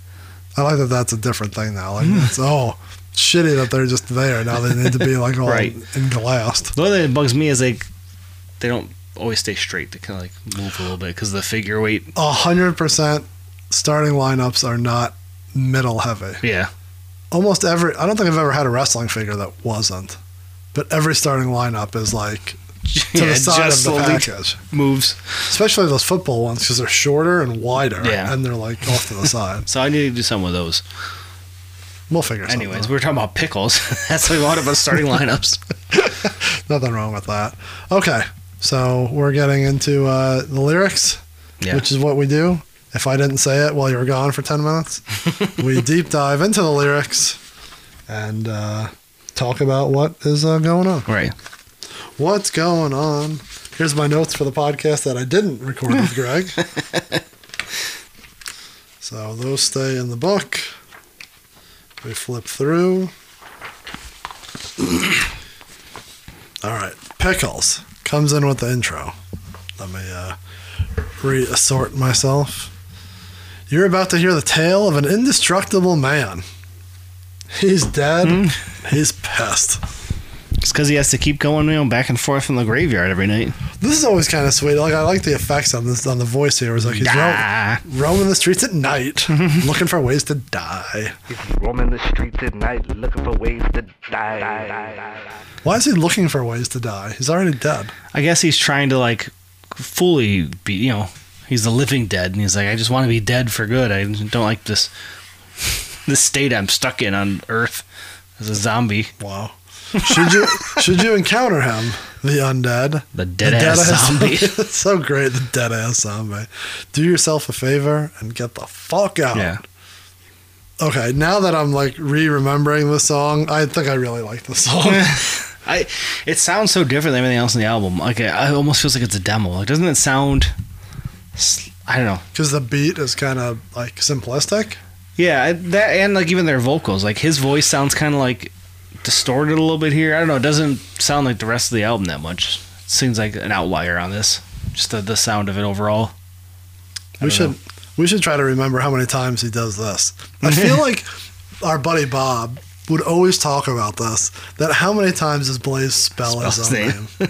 S2: I like that. That's a different thing now.
S3: Hmm.
S2: Like it's oh shitty that they're just there now. They need to be like all
S3: Right.
S2: englassed.
S3: The only thing that bugs me is like they don't always stay straight. They kind of like move a little bit because the figure weight.
S2: A hundred percent starting lineups are not middle heavy.
S3: Yeah,
S2: Almost every I don't think I've ever had a wrestling figure that wasn't, but every starting lineup is like to
S3: Yeah,
S2: the side of
S3: just
S2: the
S3: slowly-
S2: package.
S3: moves.
S2: Especially those football ones because they're shorter and wider,
S3: Yeah.
S2: and they're like off to the side.
S3: So I need to do some of those.
S2: We'll figure something.
S3: Anyways, we were talking about pickles. That's what we wanted about starting lineups.
S2: Nothing wrong with that. Okay, so we're getting into uh, the lyrics,
S3: Yeah.
S2: which is what we do. If I didn't say it while you were gone for 10 minutes, we deep dive into the lyrics and uh, talk about what is uh, going on.
S3: Right.
S2: What's going on? Here's my notes for the podcast that I didn't record with Greg. so those stay in the book. We flip through. All right, pickles comes in with the intro. Let me uh, reassort myself. You're about to hear the tale of an indestructible man. He's dead. He's pissed.
S3: It's because he has to keep going, you know, back and forth in the graveyard every night.
S2: This is always kind of sweet. Like I like the effects on this on the voice here. It's like he's
S3: Ah.
S2: ro- roaming the streets at night, looking for ways to die.
S18: Roaming the streets at night looking for ways to die.
S2: Why is he looking for ways to die? He's already dead.
S3: I guess he's trying to like fully be, you know, he's the living dead, and he's like, I just want to be dead for good. I don't like this this state I'm stuck in on Earth as a zombie.
S2: Wow. Should you should you encounter him, the undead,
S3: The dead ass zombie.
S2: It's so great, the dead ass zombie. Do yourself a favor and get the fuck out.
S3: Yeah.
S2: Okay, now that I'm like re-remembering the song, I think I really like the song.
S3: I it sounds so different than everything else in the album. Like it, it almost feels like it's a demo. Like doesn't it sound? s- I don't know.
S2: Because the beat is kind of like simplistic.
S3: Yeah, I- that and like even their vocals. Like his voice sounds kind of like distorted a little bit here. I don't know. It doesn't sound like the rest of the album that much. seems like an outlier on this. Just the, the sound of it overall.
S2: We
S3: don't
S2: should
S3: know.
S2: we should try to remember how many times he does this. I feel like our buddy Bob would always talk about this. That how many times does Blaze spell his
S3: Spells
S2: own name? I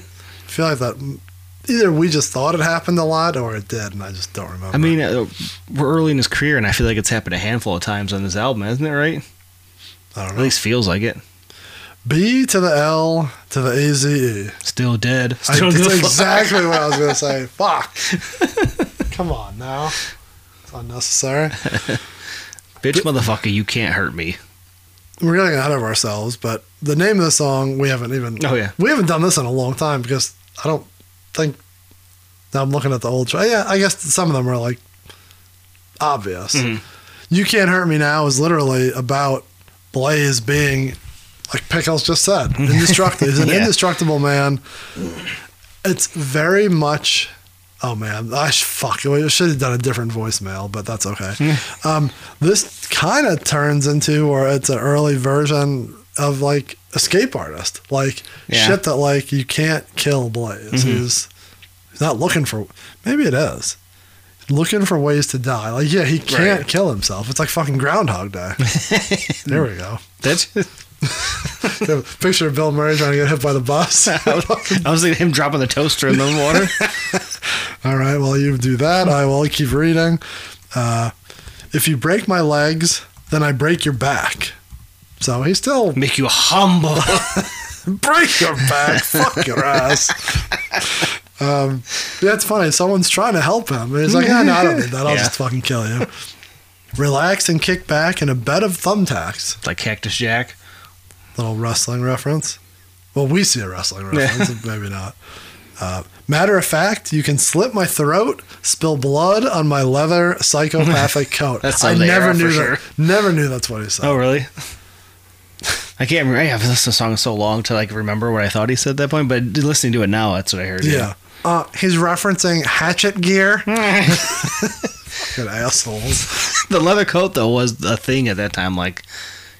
S2: feel like that either we just thought it happened a lot or it did, and I just don't remember.
S3: I mean, uh, we're early in his career, and I feel like it's happened a handful of times on this album, isn't it? Right?
S2: I don't
S3: At least feels like it.
S2: B to the L to the A Z E.
S3: Still dead.
S2: I-
S3: Still
S2: That's
S3: good.
S2: exactly what I was gonna say. Fuck. Come on now. It's unnecessary.
S3: Bitch, motherfucker, you can't hurt me.
S2: We're getting ahead of ourselves, but the name of the song we haven't even.
S3: Oh, yeah.
S2: We haven't done this in a long time because I don't think. Now I'm looking at the old. tra- Yeah, I guess some of them are like obvious.
S3: Mm-hmm.
S2: You can't hurt me now is literally about Blaze being, like Pickles just said, indestructible. He's an
S3: Yeah.
S2: indestructible man. It's very much. Oh man, I sh- fuck. I should have done a different voicemail, but that's okay. um, this kind of turns into, or it's an early version of like escape artist, like
S3: Yeah.
S2: shit that like you can't kill Blaze.
S3: Mhm.
S2: He's he's not looking for. Maybe it is looking for ways to die. Like yeah, he can't kill himself. It's like fucking Groundhog Day. there we go.
S3: That's.
S2: Picture of Bill Murray trying to get hit by the bus.
S3: I was thinking him dropping the toaster in the water.
S2: All right, while you do that, I will keep reading. Uh, if you break my legs, then I break your back. So he's still
S3: make you humble.
S2: break your back, fuck your ass. Um, yeah, it's funny. Someone's trying to help him, and he's like, "No, no, I don't need that. I'll
S3: Yeah.
S2: just fucking kill you." Relax and kick back in a bed of thumbtacks.
S3: It's like Cactus Jack.
S2: Little wrestling reference. Well, we see a wrestling reference, maybe not. Uh, matter of fact, you can slit my throat, spill blood on my leather psychopathic coat.
S3: That's
S2: I
S3: on the
S2: never
S3: era for
S2: knew
S3: sure.
S2: that. Never knew that's what he said.
S3: Oh, really? I can't remember. I have listened to the song so long to like remember what I thought he said at that point, but listening to it now, that's what I heard.
S2: Yeah. Uh, he's referencing hatchet gear. Fucking assholes.
S3: the leather coat though was a thing at that time. Like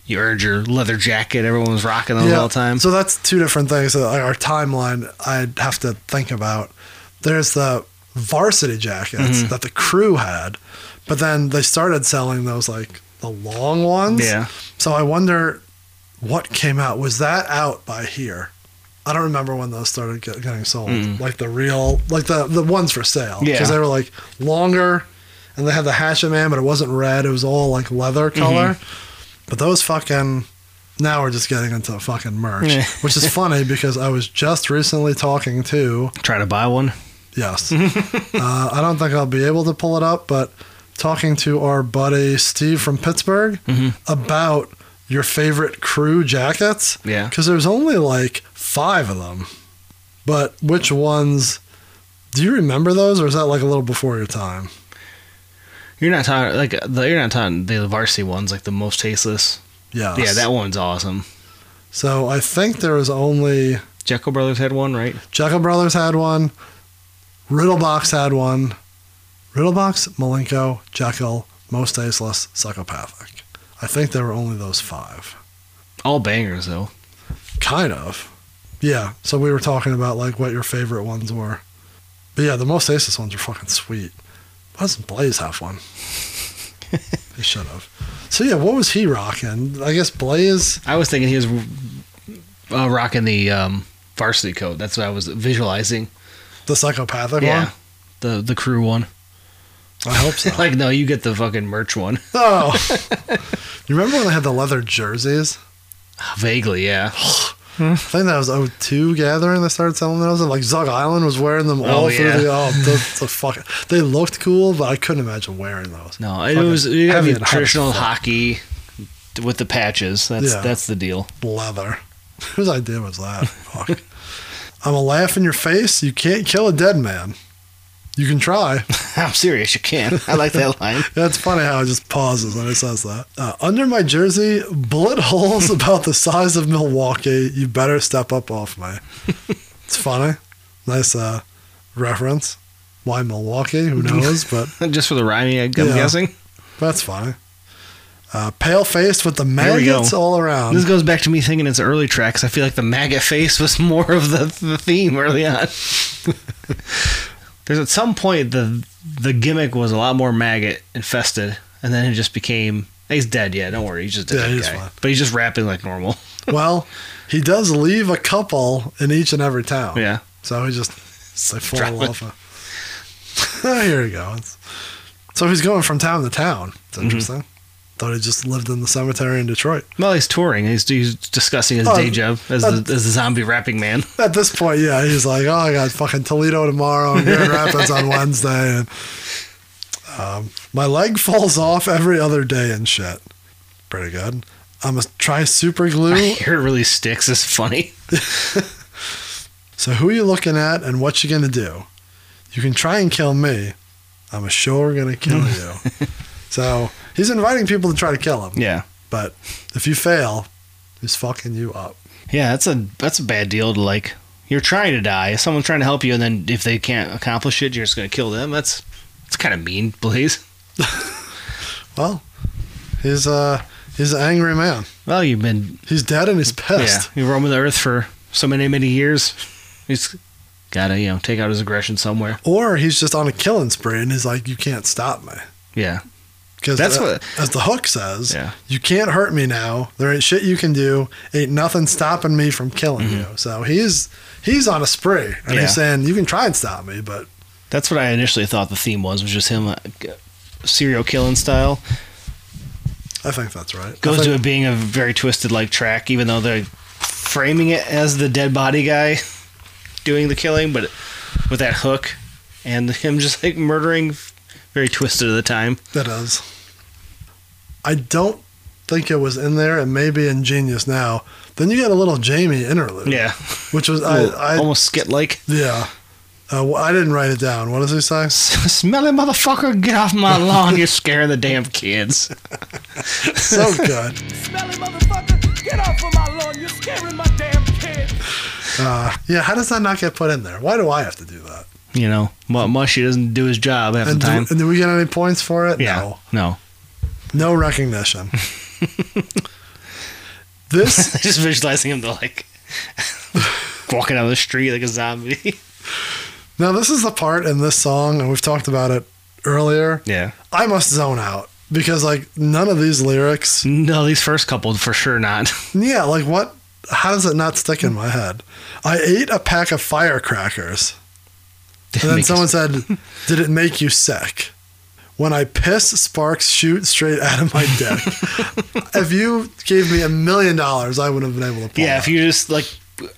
S3: you earned your leather jacket, everyone was rocking those all the time.
S2: So that's two different things that like, our timeline I'd have to think about. There's the varsity jackets
S3: Mhm.
S2: that the crew had, but then they started selling those like the long ones.
S3: Yeah.
S2: So I wonder what came out. Was that out by here? I don't remember when those started get, getting sold.
S3: Mm.
S2: Like the real, like the the ones for sale.
S3: Yeah.
S2: Because they were like longer, and they had the hatchet man, but it wasn't red. It was all like leather
S3: Mm-hmm.
S2: color. But those fucking now we're just getting into fucking merch,
S3: Yeah.
S2: which is funny because I was just recently talking to
S3: Try to buy one.
S2: yes, uh, I don't think I'll be able to pull it up, but talking to our buddy Steve from Pittsburgh
S3: Mm-hmm.
S2: about your favorite crew jackets
S3: Yeah.
S2: because there's only like five of them, but which ones? Do you remember those, or is that like a little before your time?
S3: You're not talking like the, you're not talking the varsity ones, like the most tasteless.
S2: Yes.
S3: Yeah, that one's awesome.
S2: So I think there was only
S3: Jekyll Brothers had one, right?
S2: Jekyll Brothers had one. Riddlebox had one. Riddlebox, Malenko, Jekyll, Most Tasteless, Psychopathic. I think there were only those five.
S3: All bangers though.
S2: Kind of. Yeah. So we were talking about like what your favorite ones were. But yeah, the Most Tasteless ones are fucking sweet. Why doesn't Blaze have one? he should have. So yeah, what was he rocking? I guess Blaze.
S3: I was thinking he was uh, rocking the um, varsity coat. That's what I was visualizing.
S2: The psychopathic
S3: yeah,
S2: one?
S3: the the crew one.
S2: I hope so.
S3: like no, you get the fucking merch one.
S2: oh. you remember when they had the leather jerseys?
S3: Vaguely, yeah.
S2: I think that was 02 gathering they started selling those. And like Zug Island was wearing them all
S3: Oh,
S2: through
S3: yeah.
S2: the oh the, the fuck. They looked cool, but I couldn't imagine wearing those.
S3: No, it
S2: Fucking
S3: was it had
S2: heavy
S3: the
S2: and hard as
S3: traditional
S2: fuck.
S3: hockey with the patches. That's
S2: Yeah.
S3: that's the deal.
S2: leather. Whose idea was that? Fuck. I'm a laugh in your face. You can't kill a dead man. You can try.
S3: I'm serious. You can. I like that line.
S2: That's funny how it just pauses when it says that. Uh, under my jersey, bullet holes about the size of Milwaukee. You better step up off me. It's funny. Nice uh, reference. Why Milwaukee? Who knows? But
S3: just for the rhyming, I'm guessing.
S2: That's funny. Uh, pale faced with the maggots all around.
S3: This goes back to me thinking it's early tracks. I feel like the maggot face was more of the, the theme early on. There's at some point the the gimmick was a lot more maggot infested, and then it just became he's dead. Yeah, don't worry, he's just a
S2: Yeah,
S3: dead
S2: he's
S3: guy.
S2: fine.
S3: But he's just rapping like normal.
S2: well, he does leave a couple in each and every town.
S3: Yeah.
S2: So he just it's like full
S3: Drop
S2: of
S3: it.
S2: lava. Here we go. It's- so he's going from town to town.
S3: Mm-hmm.
S2: It's interesting. Thought he just lived in the cemetery in Detroit.
S3: Well, he's touring. He's, he's discussing his
S2: Oh,
S3: day job as
S2: uh,
S3: the, as the zombie rapping man.
S2: At this point, yeah, he's like, oh, I got fucking Toledo tomorrow and Grand Rapids on Wednesday. And um, my leg falls off every other day and shit. Pretty good. I'm going to try super glue.
S3: Here it really sticks. It's funny.
S2: So who you looking at and what you gonna do? You can try and kill me. I'm sure gonna kill you. so he's inviting people to try to kill him.
S3: Yeah.
S2: But if you fail, he's fucking you up.
S3: Yeah, that's a that's a bad deal to like. You're trying to die. Someone's trying to help you, and then if they can't accomplish it, you're just gonna kill them. That's that's kind of mean, Blaze.
S2: Well, he's uh he's an angry man.
S3: Well, you've been
S2: he's dead and he's pissed.
S3: Yeah, you roam the earth for so many many years. He's gotta you know take out his aggression somewhere.
S2: Or he's just on a killing spree and he's like, you can't stop me.
S3: Yeah,
S2: Because
S3: That's
S2: that's
S3: what-
S2: what as the hook says.
S3: Yeah.
S2: You can't hurt me now. There ain't shit you can do. Ain't nothing stopping me from killing you. So he's he's on a spree, and
S3: Mm-hmm. Yeah.
S2: he's saying you can try and stop me, but
S3: that's what I initially thought the theme was was just him uh, g- serial killing style
S2: I think that's right.
S3: goes
S2: I
S3: to
S2: think,
S3: it being a very twisted like track, even though they're framing it as the dead body guy doing the killing, but with that hook and him just like murdering very twisted at the time.
S2: that is. I don't think it was in there. It may be ingenious now. Then you got a little Jamie interlude.
S3: Yeah.
S2: Which was
S3: Little-
S2: I, I
S3: almost skit like
S2: yeah. Uh, well, I didn't write it down. What does he say?
S3: smelly motherfucker, get off my lawn, you're scaring the damn kids.
S2: so good.
S12: Get off of my lawn, you're scaring my damn kid.
S2: Uh, yeah. How does that not get put in there? Why do I have to do that?
S3: You know, mu- Mushy doesn't do his job half the
S2: And do,
S3: time.
S2: and do we get any points for it?
S3: Yeah.
S2: No.
S3: No.
S2: No recognition. this
S3: Just visualizing him to like walking down the street like a zombie.
S2: now this is the part in this song, and we've talked about it earlier.
S3: Yeah.
S2: I must zone out because like none of these lyrics.
S3: No, these first couple for sure not.
S2: Yeah, like what? How does it not stick in my head? I ate a pack of firecrackers, and then
S3: Make
S2: someone said, "Did it make you sick?" When I piss, sparks shoot straight out of my dick. if you gave me a million dollars, I wouldn't have been able to. Pull
S3: Yeah,
S2: that.
S3: if you just like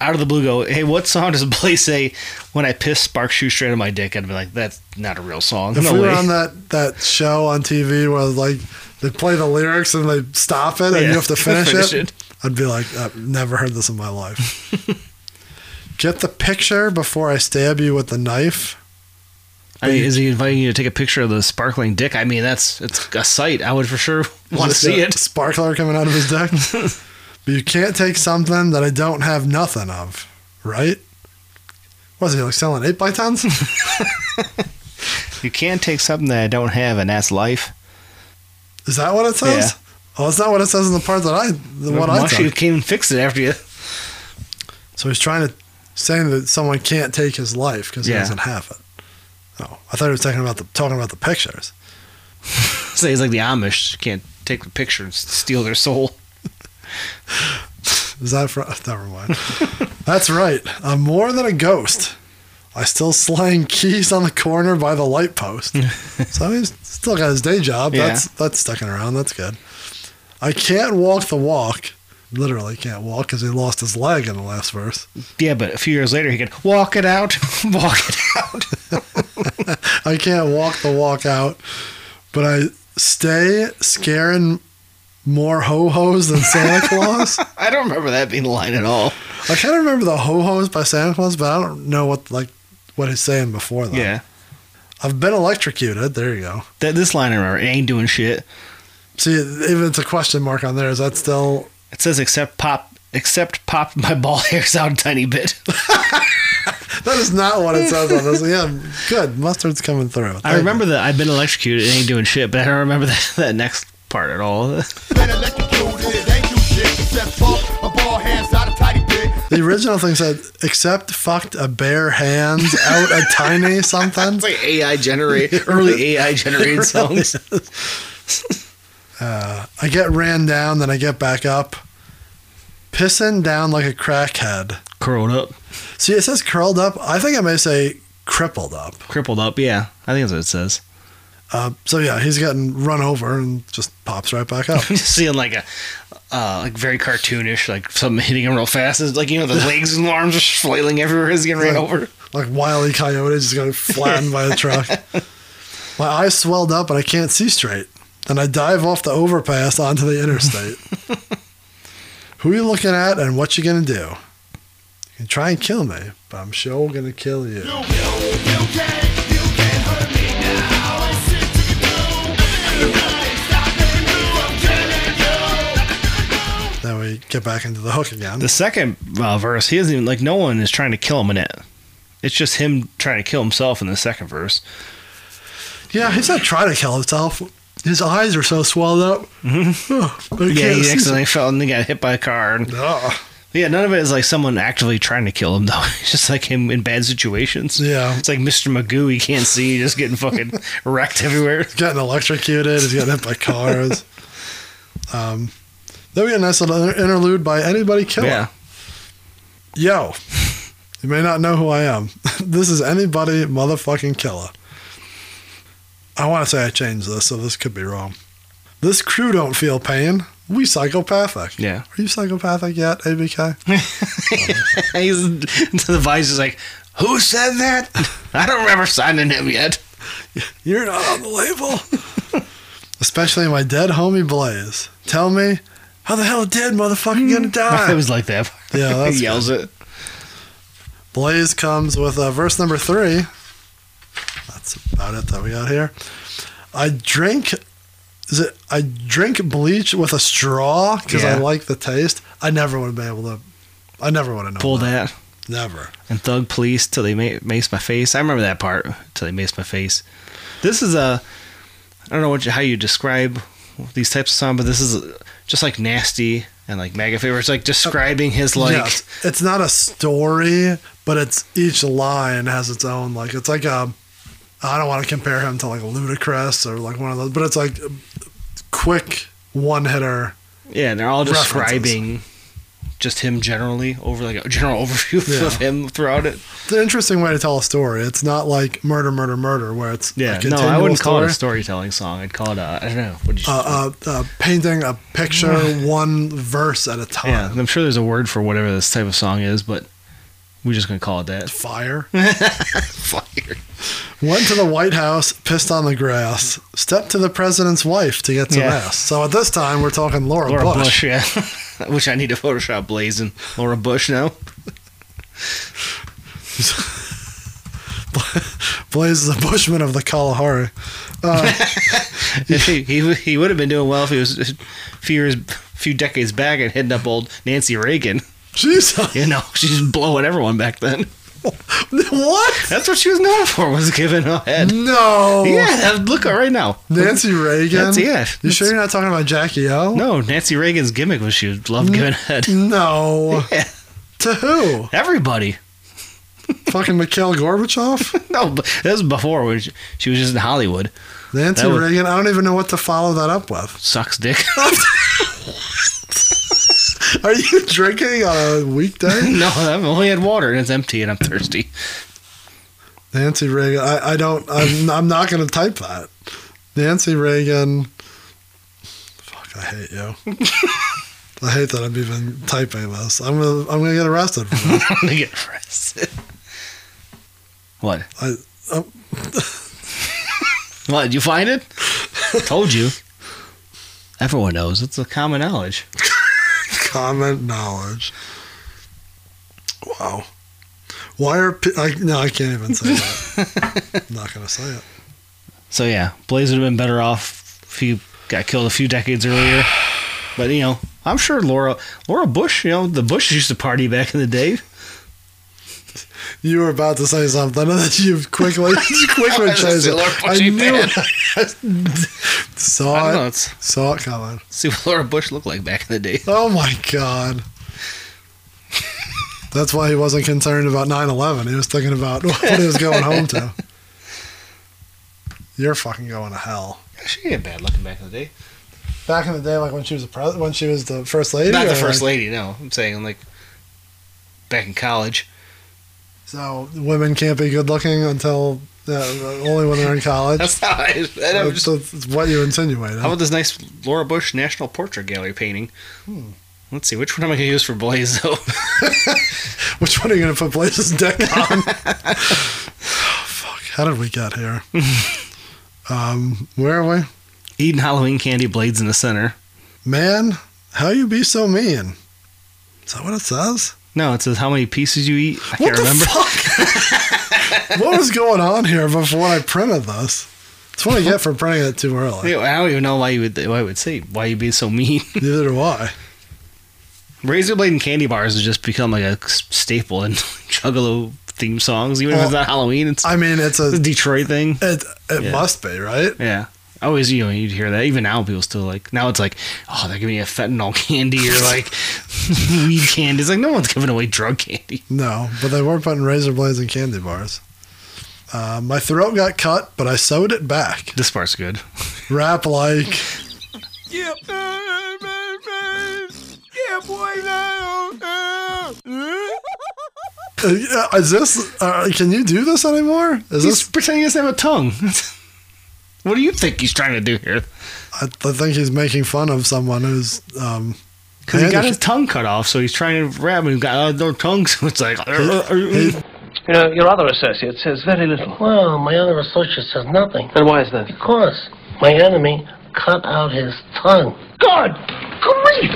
S3: out of the blue go, hey, what song does Blaze say when I piss sparks shoot straight on my dick? I'd be like, that's not a real song.
S2: If
S3: no
S2: we were
S3: way.
S2: on that, that show on TV where like they play the lyrics and they stop it and
S3: Yeah,
S2: you have to finish,
S3: finish
S2: it,
S3: it.
S2: I'd be like, I've never heard this in my life. Get the picture before I stab you with the knife.
S3: I mean, is he inviting you to take a picture of the sparkling dick? I mean, that's it's a sight. I would for sure want to
S2: Just
S3: see
S2: a
S3: it.
S2: Sparkler coming out of his dick. but you can't take something that I don't have nothing of, right? Was he like selling eight by tens?
S3: You can't take something that I don't have, and that's life.
S2: Is that what it says? Oh, it's not what it says in the part that I what I
S3: Mushy
S2: took.
S3: came and fixed it after you.
S2: So he's trying to saying that someone can't take his life because
S3: Yeah.
S2: he doesn't have it. Oh, I thought he was talking about the talking about the pictures.
S3: So he's like the Amish. You can't take the picture and s- steal their soul.
S2: Is that for? Never mind. That's right. I'm more than a ghost. I still slang keys on the corner by the light post. so he's still got his day job.
S3: Yeah.
S2: That's that's sticking around. That's good. I can't walk the walk. Literally can't walk because he lost his leg in the last verse.
S3: Yeah, but a few years later, he could walk it out, walk it out.
S2: I can't walk the walk out, but I stay scaring more ho hos than Santa Claus.
S3: I don't remember that being a line at all.
S2: I kind of remember the ho hos by Santa Claus, but I don't know what like what he's saying before that.
S3: Yeah.
S2: I've been electrocuted. There you go.
S3: That this line I remember it ain't doing shit.
S2: See, even it's a question mark on there. Is that still?
S3: It says except pop, except pop my ball hairs out a tiny bit.
S2: That is not what it says on this. Yeah, good. Mustard's coming through.
S3: I remember that I've been electrocuted. It ain't doing shit, but I don't remember that, that next part at all.
S2: The original thing said, except fucked a bare hands out a tiny something. It's
S19: like AI generate early AI generated songs.
S2: Uh, I get ran down, then I get back up. Pissing down like a crackhead.
S3: Curled up.
S2: See, it says curled up. I think I may say crippled up.
S3: Crippled up, yeah. I think that's what it says.
S2: Uh, so yeah, he's gotten run over and just pops right back up.
S3: Just seeing like a uh, like very cartoonish, like something hitting him real fast. It's like you know the legs and arms are flailing everywhere as he getting ran
S2: Like-
S3: over.
S2: Like Wile E. Coyote just got flattened by a truck. My eyes swelled up and I can't see straight. Then I dive off the overpass onto the interstate. Who you looking at and what you gonna do? You can try and kill me, but I'm sure gonna kill you. Then we get back into the hook again.
S3: The second uh, verse, he isn't even like no one is trying to kill him in it. It's just him trying to kill himself in the second verse.
S2: Yeah, he's not trying to kill himself. His eyes are so swelled up. Mm-hmm.
S3: yeah, he accidentally fell and he got hit by a car. And,
S2: Ah,
S3: Yeah, none of it is like someone actively trying to kill him though. It's just like him in bad situations.
S2: Yeah.
S3: it's like Mr. Magoo. He can't see. He's just getting fucking wrecked everywhere.
S2: He's getting electrocuted. He's getting hit by cars. um, then we get a nice little inter- interlude by anybody killer.
S3: Yeah.
S2: Yo, you may not know who I am. this is anybody motherfucking killer. I want to say I changed this, so this could be wrong. This crew don't feel pain. We psychopathic.
S3: Yeah.
S2: Are you psychopathic yet, ABK?
S3: He's the vice is like, who said that? I don't remember signing him yet.
S2: You're not on the label. Especially my dead homie Blaze. Tell me, how the hell did motherfucking gonna die?
S3: it was like that.
S2: Yeah, that's
S3: he yells
S2: good.
S3: it.
S2: Blaze comes with uh, verse number three. That's about it that we got here. I drink. Is it? I drink bleach with a straw because I
S3: Yeah.
S2: like the taste. I never would have been able to. I never would have known.
S3: Pull that.
S2: Never.
S3: And thug police till they ma- mace my face. I remember that part till they mace my face. This is a. I don't know what you, how you describe these types of songs, but this is just like nasty and like mega favorite. It's like describing his like.
S2: Yes. it's not a story, but it's each line has its own like it's like a I don't want to compare him to like Ludacris or like one of those, but it's like a quick one hitter.
S3: Yeah, and they're all
S2: References.
S3: describing just him generally over like a general overview
S2: Yeah.
S3: of him throughout it.
S2: It's an interesting way to tell a story. It's not like murder, murder, murder, where it's
S3: Yeah,
S2: a
S3: no, I
S2: continual
S3: wouldn't call it a
S2: story.
S3: storytelling song. I'd call it a I don't know. What did you
S2: Uh, uh, uh, painting a picture one verse at a time.
S3: Yeah, I'm sure there's a word for whatever this type of song is, but we're just gonna call it that.
S2: Fire. Went to the White House, pissed on the grass, stepped to the president's wife to get some
S3: Yeah.
S2: ass. So at this time, we're talking Laura,
S3: Laura
S2: Bush.
S3: Bush, yeah. Which I need to Photoshop blazing Laura Bush now.
S2: Blaze is a bushman of the Kalahari. Uh,
S3: If he, he he would have been doing well if he was a few years, few decades back and hitting up old Nancy Reagan.
S2: Jesus,
S3: you know she's blowing everyone back then.
S2: what?
S3: That's what she was known for was giving a head.
S2: No.
S3: Yeah, look at right now.
S2: Nancy Reagan.
S3: That's yeah.
S2: You sure you're not talking about Jackie O?
S3: No, Nancy Reagan's gimmick was she loved giving head.
S2: No.
S3: Yeah.
S2: To who?
S3: Everybody.
S2: Fucking Mikhail Gorbachev?
S3: No, but that was before when she, she was just in Hollywood.
S2: Nancy
S3: That was-
S2: Reagan? I don't even know what to follow that up with.
S3: Sucks dick.
S2: Are you drinking on a weekday?
S3: no, I've only had water and it's empty and I'm thirsty.
S2: Nancy Reagan. I, I don't. I'm, I'm not going to type that. Nancy Reagan. Fuck! I hate you. I hate that I'm even typing this. I'm gonna. I'm gonna get arrested. For this.
S3: I'm gonna get arrested. What?
S2: I. Um,
S3: What? Did you find it? Told you. Everyone knows. It's a common knowledge.
S2: common knowledge. Wow. Why are pe- I, no? I can't even say that. I'm not gonna say it.
S3: So yeah, Blaze would have been better off if he got killed a few decades earlier. But you know, I'm sure Laura Laura Bush, you know, the Bushes used to party back in the day.
S2: You were about to say something, and then you quickly, you quickly chose it. I knew it. Saw
S3: I don't know,
S2: it. Saw it coming.
S3: See what Laura Bush looked like back in the day.
S2: Oh my god. That's why he wasn't concerned about 9/11. He was thinking about what he was going home to. You're fucking going to hell.
S3: She ain't bad looking back in the day.
S2: Back in the day, like when she was a pres- when she was the first lady.
S3: Not
S2: or
S3: the first
S2: like-
S3: lady, no. I'm saying like back in college.
S2: So women can't be good looking until uh, only when they're in college.
S3: That's not. I, I'm
S2: That's,
S3: just,
S2: that's what you insinuated.
S3: how about this nice Laura Bush National Portrait Gallery painting?
S2: Hmm.
S3: Let's see, which one am I going to use for Blaze, though?
S2: Which one are you going to put Blaze's deck on? Fuck, how did we get here? um, where are we?
S3: Eating Halloween candy, Blades in the center.
S2: Man, how you be so mean? Is that what it says?
S3: No, it says how many pieces you eat. I
S2: What
S3: can't
S2: the
S3: remember.
S2: what was going on here before I printed this? It's what I get for printing it too early.
S3: Yeah, I don't even know why you would why I would say why you be so mean.
S2: Neither do I.
S3: Razor blade and candy bars has just become like a staple in Juggalo theme songs, even if it's
S2: Well,
S3: not Halloween. It's
S2: I mean, it's
S3: a
S2: a
S3: Detroit thing.
S2: it it
S3: Yeah.
S2: must be right.
S3: Yeah. Always, you know, you'd hear that. Even now, people still like. Now it's like, oh, they're giving you a fentanyl candy or like weed candy. It's like no one's giving away drug candy.
S2: No, but they were putting razor blades in candy bars. Uh, my throat got cut, but I sewed it back.
S3: This part's good.
S2: Rap like
S12: Yeah, uh, yeah, boy, now. uh.
S2: Uh, is this? Uh, can you do this anymore? Is
S3: He's
S2: this?
S3: pretending he doesn't have a tongue. what do you think he's trying to do here?
S2: I, I think he's making fun of someone who's. Um,
S3: Because he got
S2: handic-
S3: his tongue cut off, so he's trying to rap and he's got other tongue, so it's like.
S12: Uh,
S20: You know, your other associate says very little. Well, my other associate says nothing. Then why is that? Because my enemy cut out his tongue. God! Grief!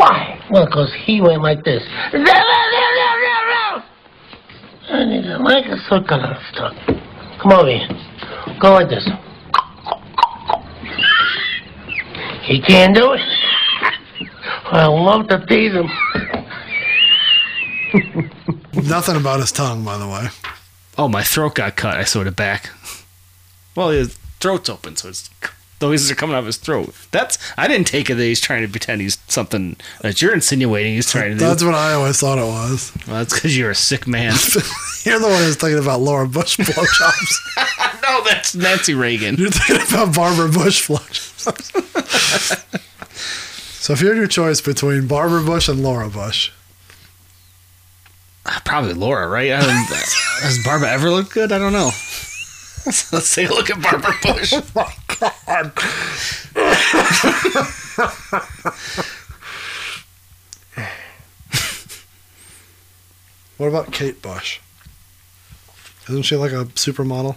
S20: Why? Well, because he went like this. And he didn't like it, so he cut out his tongue. Come over here. Go like this. He can't do it. I love to tease him.
S2: Nothing about his tongue, by the way.
S3: Oh, my throat got cut. I sewed it back. Well, his throat's open, so it's the noises are coming out of his throat. That's I didn't take it that he's trying to pretend he's something that you're insinuating he's trying to do.
S2: That's what I always thought it was.
S3: well, that's because you're a sick man.
S2: You're the one who's thinking about Laura Bush blowjobs.
S3: no, that's Nancy Reagan.
S2: You're thinking about Barbara Bush blowjobs. so if you had your choice between Barbara Bush and Laura Bush,
S3: Ah, Probably Laura, right? I don't, does Barbara ever look good? I don't know. Let's take a look at Barbara Bush. oh my god.
S2: what about Kate Bush? Isn't she like a supermodel?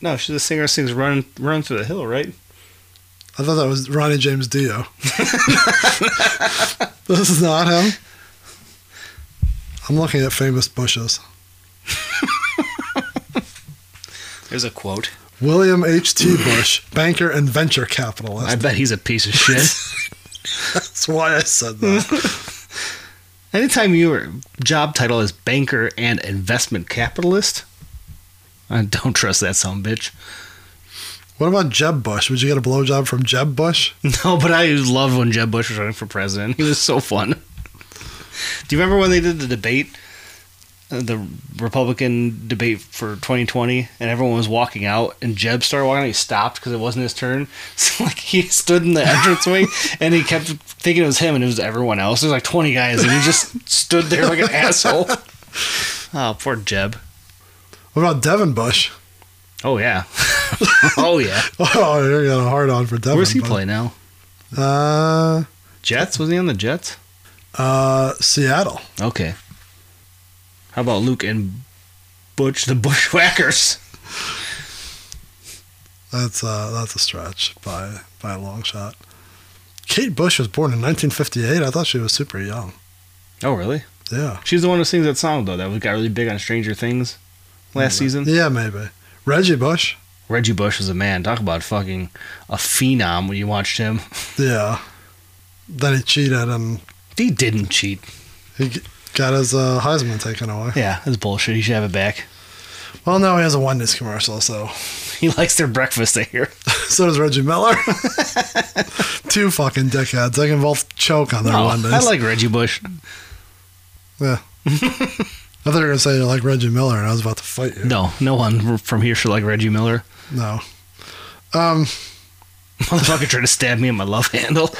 S3: No, she's a singer. Sings "Run, Run Through the Hill," right?
S2: I thought that was Ronnie James Dio. this is not him. I'm looking at famous bushes.
S3: There's a quote.
S2: William H.T. Bush, banker and venture capitalist.
S3: I bet he's a piece of shit.
S2: That's why I said that.
S3: Anytime your job title is banker and investment capitalist, I don't trust that son of a bitch.
S2: what about Jeb Bush? Would you get a blowjob from Jeb Bush?
S3: No, but I loved when Jeb Bush was running for president. He was so fun. Do you remember when they did the debate, uh, the Republican debate for 2020, and everyone was walking out, and Jeb started walking out. He stopped because it wasn't his turn. So like he stood in the entranceway, and he kept thinking it was him, and it was everyone else. There's like 20 guys, and he just stood there like an asshole. Oh, poor Jeb.
S2: What about Devin Bush?
S3: Oh yeah. oh yeah.
S2: Oh, you're getting a hard on for Devin.
S3: Where's he
S2: Bush.
S3: play now?
S2: Uh,
S3: Jets? Was he on the Jets?
S2: uh, Seattle.
S3: Okay. How about Luke and Butch the Bushwhackers?
S2: That's uh, that's a stretch by by a long shot. Kate Bush was born in 1958. I thought she was super young.
S3: Oh really?
S2: Yeah.
S3: She's the one who sings that song though that was got really big on Stranger Things last season.
S2: Yeah, maybe. Reggie Bush.
S3: Reggie Bush is a man. Talk about fucking a phenom when you watched him.
S2: Yeah. Then he cheated and
S3: He didn't cheat.
S2: he g- got his uh, Heisman taken away.
S3: Yeah, that's bullshit. He should have it back.
S2: Well, now he has a Wendy's commercial, so
S3: He likes their breakfast, I hear.
S2: so does Reggie Miller. Two fucking dickheads. They can both choke on their
S3: No,
S2: Wendy's.
S3: I like Reggie Bush.
S2: Yeah. I thought you were gonna say you like Reggie Miller, and I was about to fight you.
S3: No, no one from here should like Reggie Miller.
S2: No. Um.
S3: Motherfucker tried to stab me in my love handle.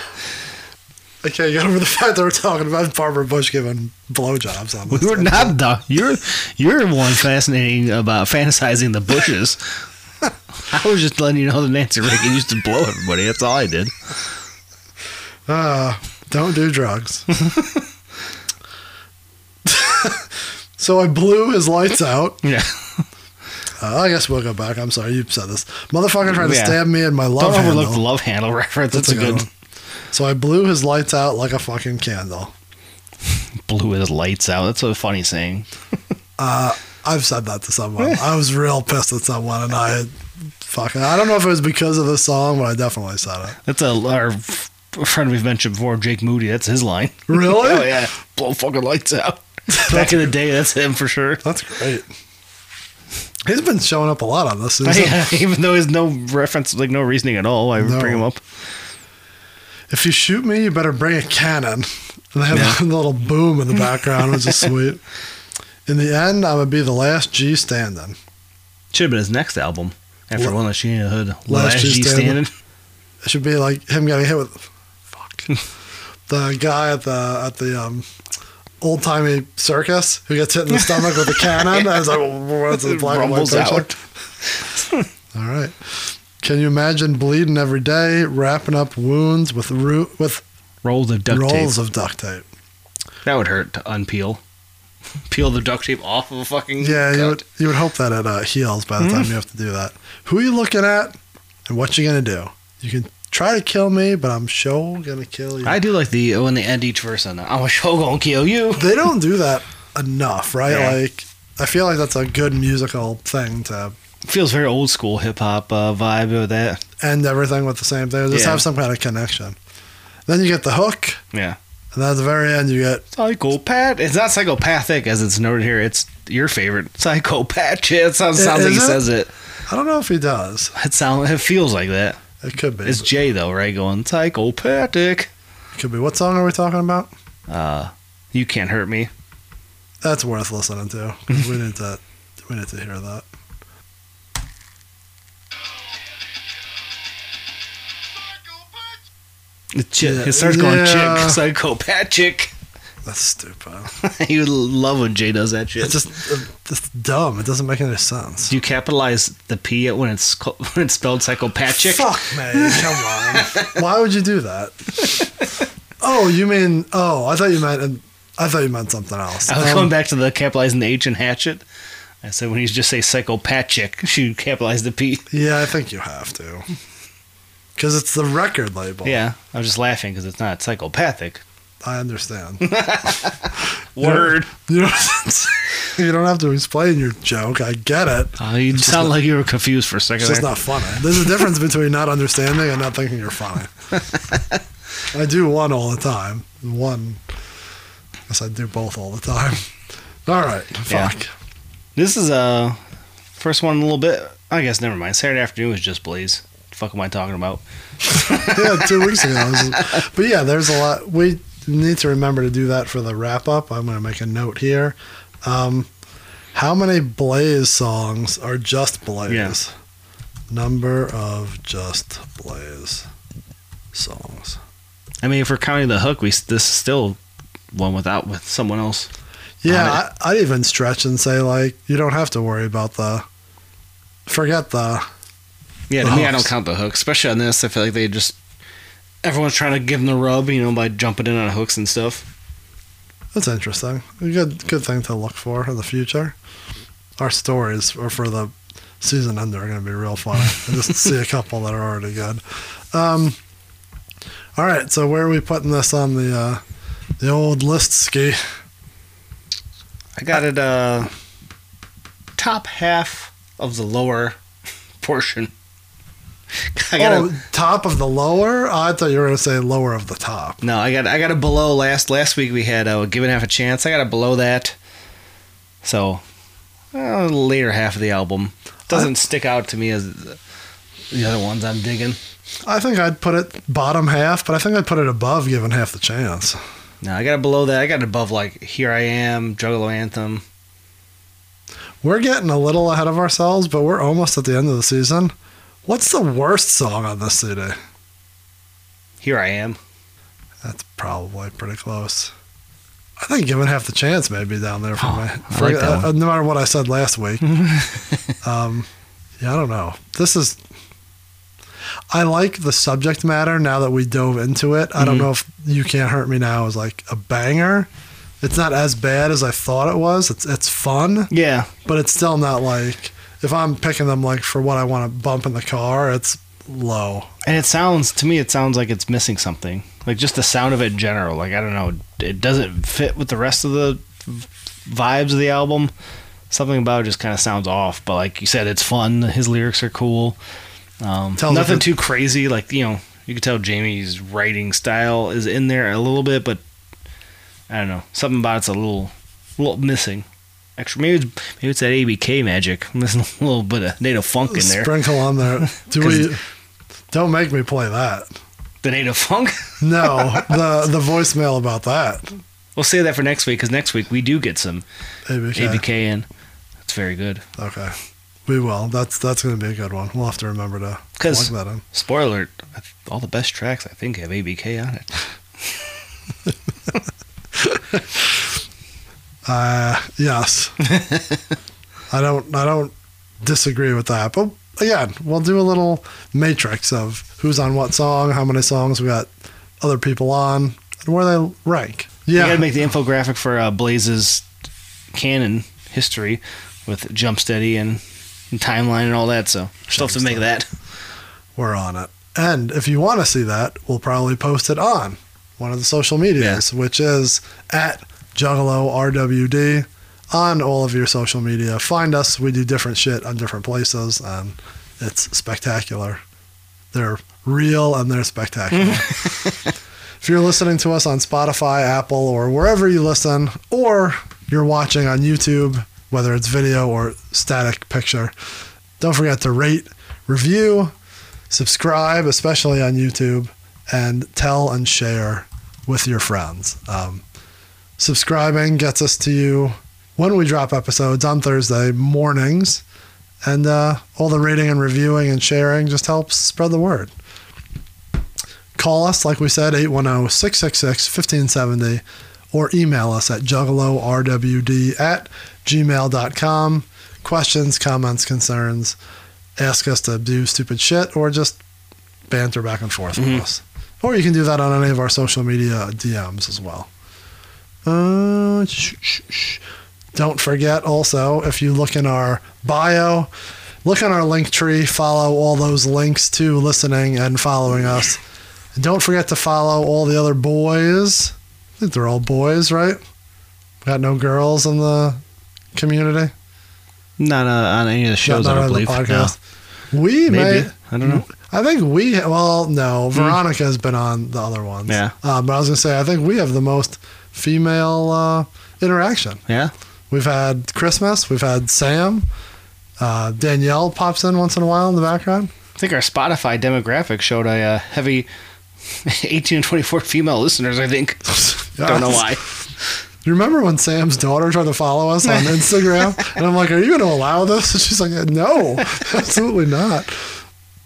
S2: Okay, get over the fact that we're talking about Barbara Bush giving blowjobs on
S3: We
S2: this.
S3: were not the you're you're the one fascinating about fantasizing the bushes. I was just letting you know that Nancy Reagan used to blow everybody. That's all I did.
S2: Uh, don't do drugs. so I blew his lights
S3: Hmm?
S2: out.
S3: Yeah.
S2: Uh, I guess we'll go back. I'm sorry, you said this. Motherfucker tried to
S3: Yeah.
S2: stab me in my love
S3: Don't
S2: handle.
S3: overlook the love handle reference. That's, a good.
S2: one. So I blew his lights out like a fucking candle.
S3: Blew his lights out. That's a funny saying.
S2: Uh, I've said that to someone. I was real pissed at someone, and I fucking I don't know if it was because of the song, but I definitely said it.
S3: That's a our f- friend we've mentioned before, Jake Moody. That's his line.
S2: Really?
S3: oh yeah, blow fucking lights out. Back in the day, that's him for sure.
S2: That's great. He's been showing up a lot on this season.
S3: Yeah, even though there's no reference, like no reasoning at all, I would
S2: No.
S3: bring him up.
S2: If you shoot me, you better bring a cannon. And they have a little boom in the background, which is sweet. In the end, I would be the last G standing.
S3: Should have been his next album. After
S2: La-
S3: one last year in the hood, last, G standing.
S2: It should be like him getting hit with fuck the guy at the at the um, old timey circus who gets hit in the stomach with a cannon. I was like, well, what's the black and white
S3: Rumbles
S2: picture?
S3: out.
S2: All right. Can you imagine bleeding every day, wrapping up wounds with root with
S3: Rolls of duct
S2: rolls
S3: tape.
S2: of duct tape?
S3: that would hurt to unpeel. Peel the duct tape off of a fucking.
S2: Yeah, you
S3: cut.
S2: would, you would hope that it uh, heals by the time
S3: Mhm.
S2: you have to do that. Who you looking at and what you going to do? You can try to kill me, but I'm sure going to kill you.
S3: I do like the when they end each verse on that. I'm a show gonna kill you.
S2: they don't do that enough, right?
S3: Yeah.
S2: Like, I feel like that's a good musical thing to
S3: Feels very old school hip hop uh, vibe of that.
S2: end everything with the same thing. Just
S3: Yeah.
S2: have some kind of connection. Then you get the hook,
S3: Yeah.
S2: and at the very end, you get
S3: Psychopath. It's not psychopathic as it's noted here. It's your favorite psychopath. Yeah, it sounds, sounds
S2: Is
S3: like he
S2: it?
S3: says it.
S2: I don't know if he does.
S3: It sound. It feels like that.
S2: It could be.
S3: It's Jay though, right? Going psychopathic.
S2: It could be. What song are we talking about?
S3: Uh, you can't hurt me.
S2: That's worth listening to. 'cause we need to. We need to hear that.
S3: The chick.
S2: Yeah.
S3: It starts going
S2: Yeah.
S3: chick psychopath chick.
S2: That's stupid.
S3: you would love when Jay does that shit.
S2: It's just uh, it's dumb. It doesn't make any sense.
S3: Do you capitalize the P when it's co- when it's spelled psychopathic?
S2: Fuck, man. Come on. Why would you do that? Oh, you mean? Oh, I thought you meant. I thought you meant something else.
S3: I was
S2: Um,
S3: going back to the capitalizing the H and hatchet. I said when you just say psychopathic, you capitalize the P.
S2: Yeah, I think you have to. Because it's the record label.
S3: Yeah, I was just laughing because it's not psychopathic.
S2: I understand.
S3: Word.
S2: You don't, you don't have to explain your joke. I get it.
S3: Uh, you sound like you were confused for a second.
S2: It's just
S3: there.
S2: not funny. There's a difference between not understanding and not thinking you're funny. I do one all the time. One. I guess I do both all the time. All right.
S3: Yeah.
S2: Fuck.
S3: This is uh first one in a little bit. I guess never mind. Saturday afternoon was just Blaze. The fuck am I talking about?
S2: yeah, two weeks ago. I was- but yeah, there's a lot. We need to remember to do that for the wrap up. I'm going to make a note here. Um, how many Blaze songs are just Blaze?
S3: Yeah.
S2: Number of just Blaze songs.
S3: I mean, if we're counting the hook, we s- this is still one without with someone else.
S2: Yeah, I, I'd even stretch and say, like, you don't have to worry about the. Forget the.
S3: Yeah, to
S2: The
S3: me, I
S2: hooks.
S3: don't count the hooks, especially on this. I feel like they just everyone's trying to give them the rub, you know, by jumping in on hooks and stuff.
S2: That's interesting. A good, good thing to look for in the future. Our stories are for the season end are going to be real funny. I just see a couple that are already good. Um, all right, so where are we putting this on the uh, the old list ski?
S3: I got it uh top half of the lower portion. I got
S2: oh, top of the lower? Oh, I thought you were going to say lower of the top.
S3: a no, I got I got a below last last week we had uh given half a chance. I got a below that. So uh, later half of the album. Doesn't stick out to me as the the other ones I'm digging.
S2: I think I'd put it bottom half, but I think I'd put it above given half the chance.
S3: No, I got it below that. I got it above like Here I Am, Juggalo Anthem.
S2: We're getting a little ahead of ourselves, but we're almost at the end of the season. What's the worst song on this CD?
S3: Here I Am.
S2: That's probably pretty close. I think given half the chance may be down there for me.
S3: Oh, I like that
S2: uh, no matter what I said last week. um, yeah, I don't know. This is. I like the subject matter now that we dove into it. I don't
S3: Mhm.
S2: know if You Can't Hurt Me Now is like a banger. It's not as bad as I thought it was. It's it's fun.
S3: Yeah.
S2: But it's still not like if I'm picking them like for what I want to bump in the car, it's low.
S3: And it sounds to me, it sounds like it's missing something. Like just the sound of it in general. Like I don't know, it doesn't fit with the rest of the v- vibes of the album. Something about it just kind of sounds off. But like you said, it's fun. His lyrics are cool. Um,
S2: Tells
S3: nothing
S2: if
S3: too crazy. Like you know, you can tell Jamie's writing style is in there a little bit, but I don't know, something about it's a little, little missing. Extra, maybe it's, maybe it's that ABK magic. missing a little bit of native funk in there.
S2: Sprinkle on there. Do we? Don't make me play that.
S3: The native funk.
S2: No, the the voicemail about that.
S3: We'll save that for next week because next week we do get some
S2: ABK.
S3: ABK, in. It's very good.
S2: Okay, we will. That's that's going to be a good one. We'll have to remember to plug
S3: Because
S2: that in.
S3: spoiler alert, all the best tracks I think have ABK on it.
S2: Uh, yes, I don't I don't disagree with that. But again, we'll do a little matrix of who's on what song, how many songs we got, other people on, and where they rank.
S3: Yeah,
S2: Yeah.
S3: you got to make the infographic for uh, Blaze's canon history with Jump Steady and, and timeline and all that. So still have to make that.
S2: We're on it. And if you want to see that, we'll probably post it on one of the social medias, which is at Juggalo RWD on all of your social media. Find us. We do different shit on different places, and it's spectacular. They're real and they're spectacular. if you're listening to us on Spotify, Apple, or wherever you listen, or you're watching on YouTube, whether it's video or static picture, don't forget to rate, review, subscribe, especially on YouTube, and tell and share with your friends. Um, subscribing gets us to you when we drop episodes on Thursday mornings, and uh, all the rating and reviewing and sharing just helps spread the word. Call us, like we said, 810 666 1570, or email us at juggalorwd at gmail.com. Questions, comments, concerns, ask us to do stupid shit or just banter back and forth
S3: Mm-hmm.
S2: with us. Or you can do that on any of our social media DMs as well. Uh, sh- sh- sh. Don't forget also, if you look in our bio, look on our link tree, follow all those links to listening and following us. And don't forget to follow all the other boys. I think they're all boys, right? Got no girls in the community?
S3: Not uh, on any of the shows,
S2: Not
S3: I
S2: on
S3: don't
S2: the
S3: believe. No.
S2: podcast. Mm-hmm. We
S3: Maybe.
S2: may.
S3: I don't know.
S2: I think we. Well, no, Veronica has been on the other ones.
S3: Hmm. Yeah.
S2: Uh, but I was gonna say, I think we have the most female uh, interaction.
S3: Yeah.
S2: We've had Christmas. We've had Sam. Uh, Danielle pops in once in a while in the background.
S3: I think our Spotify demographic showed a uh, heavy 18 to 24 female listeners, I think. Don't know why.
S2: You remember when Sam's daughter tried to follow us on Instagram? and I'm like, are you going to allow this? And she's like, no, absolutely not.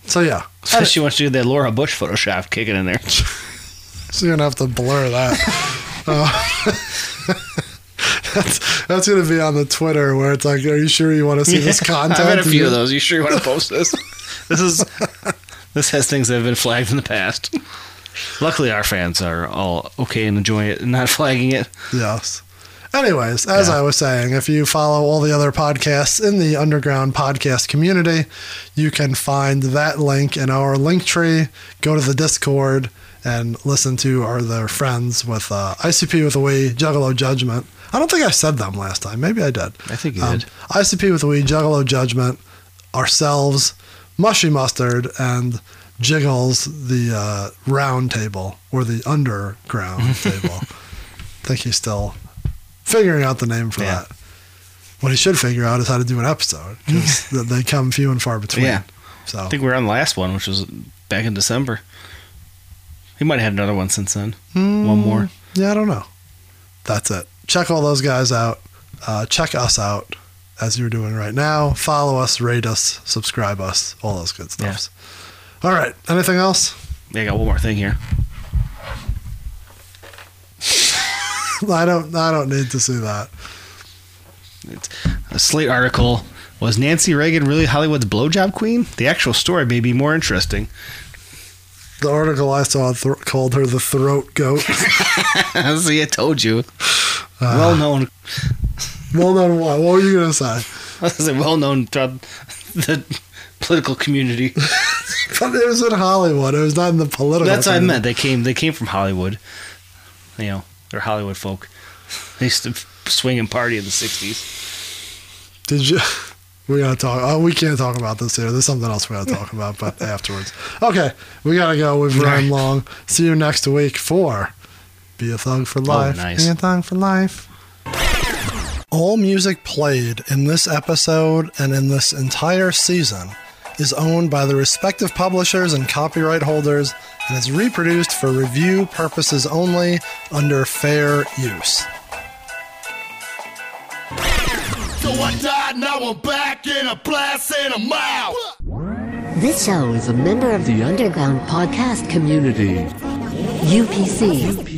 S2: So, yeah,
S3: Especially once you do that Laura Bush Photoshop kicking in there.
S2: So you're gonna have to blur that. Uh, that's that's gonna be on the Twitter where it's like, are you sure you want to see this
S3: Yeah,
S2: content?
S3: I've had a few of those. You sure you want to post this? this is this has things that have been flagged in the past. Luckily, our fans are all okay and enjoying it and not flagging it.
S2: Yes. Anyways, as I was saying, if you follow all the other podcasts in the underground podcast community, you can find that link in our link tree. Go to the Discord and listen to our their friends with uh, ICP with a way Juggalo Judgment. I don't think I said them last time. Maybe I did.
S3: I think you
S2: Um,
S3: did.
S2: ICP with the Weed, Juggalo Judgment, ourselves, Mushy Mustard, and Jiggles, the uh, round table or the underground table. I think he's still figuring out the name for that. What he should figure out is how to do an episode because they come few and far between.
S3: Yeah.
S2: So
S3: I think we were on the last one, which was back in December. He might have had another one since then. One more.
S2: Yeah, I don't know. That's it. Check all those guys out. Uh, check us out as you're doing right now. Follow us, rate us, subscribe us, all those good stuffs. All right. Anything else?
S3: Yeah, I got one more thing here.
S2: I don't. I don't need to see that.
S3: A Slate article was Nancy Reagan really Hollywood's blowjob queen? The actual story may be more interesting.
S2: The article I saw th- called her the throat goat.
S3: See, I told you. well known.
S2: Well known. What? What were you gonna say?
S3: It's well known throughout the political community.
S2: But it was in Hollywood. It was not in the political.
S3: That's what I
S2: community.
S3: meant. They came. They came from Hollywood. You know, they're Hollywood folk. They used to swing and party in the '60s.
S2: Did you? We gotta talk. Oh, we can't talk about this here. There's something else we gotta talk about, but afterwards. Okay, we gotta go. We've run long. See you next week for "Be a Thug for Life."
S3: Oh, nice.
S2: Be a thug for life. All music played in this episode and in this entire season is owned by the respective publishers and copyright holders, and is reproduced for review purposes only under fair use.
S12: So I died, now I'm back in a blast and a mile.
S21: This show is a member of the Underground Podcast Community. UPC.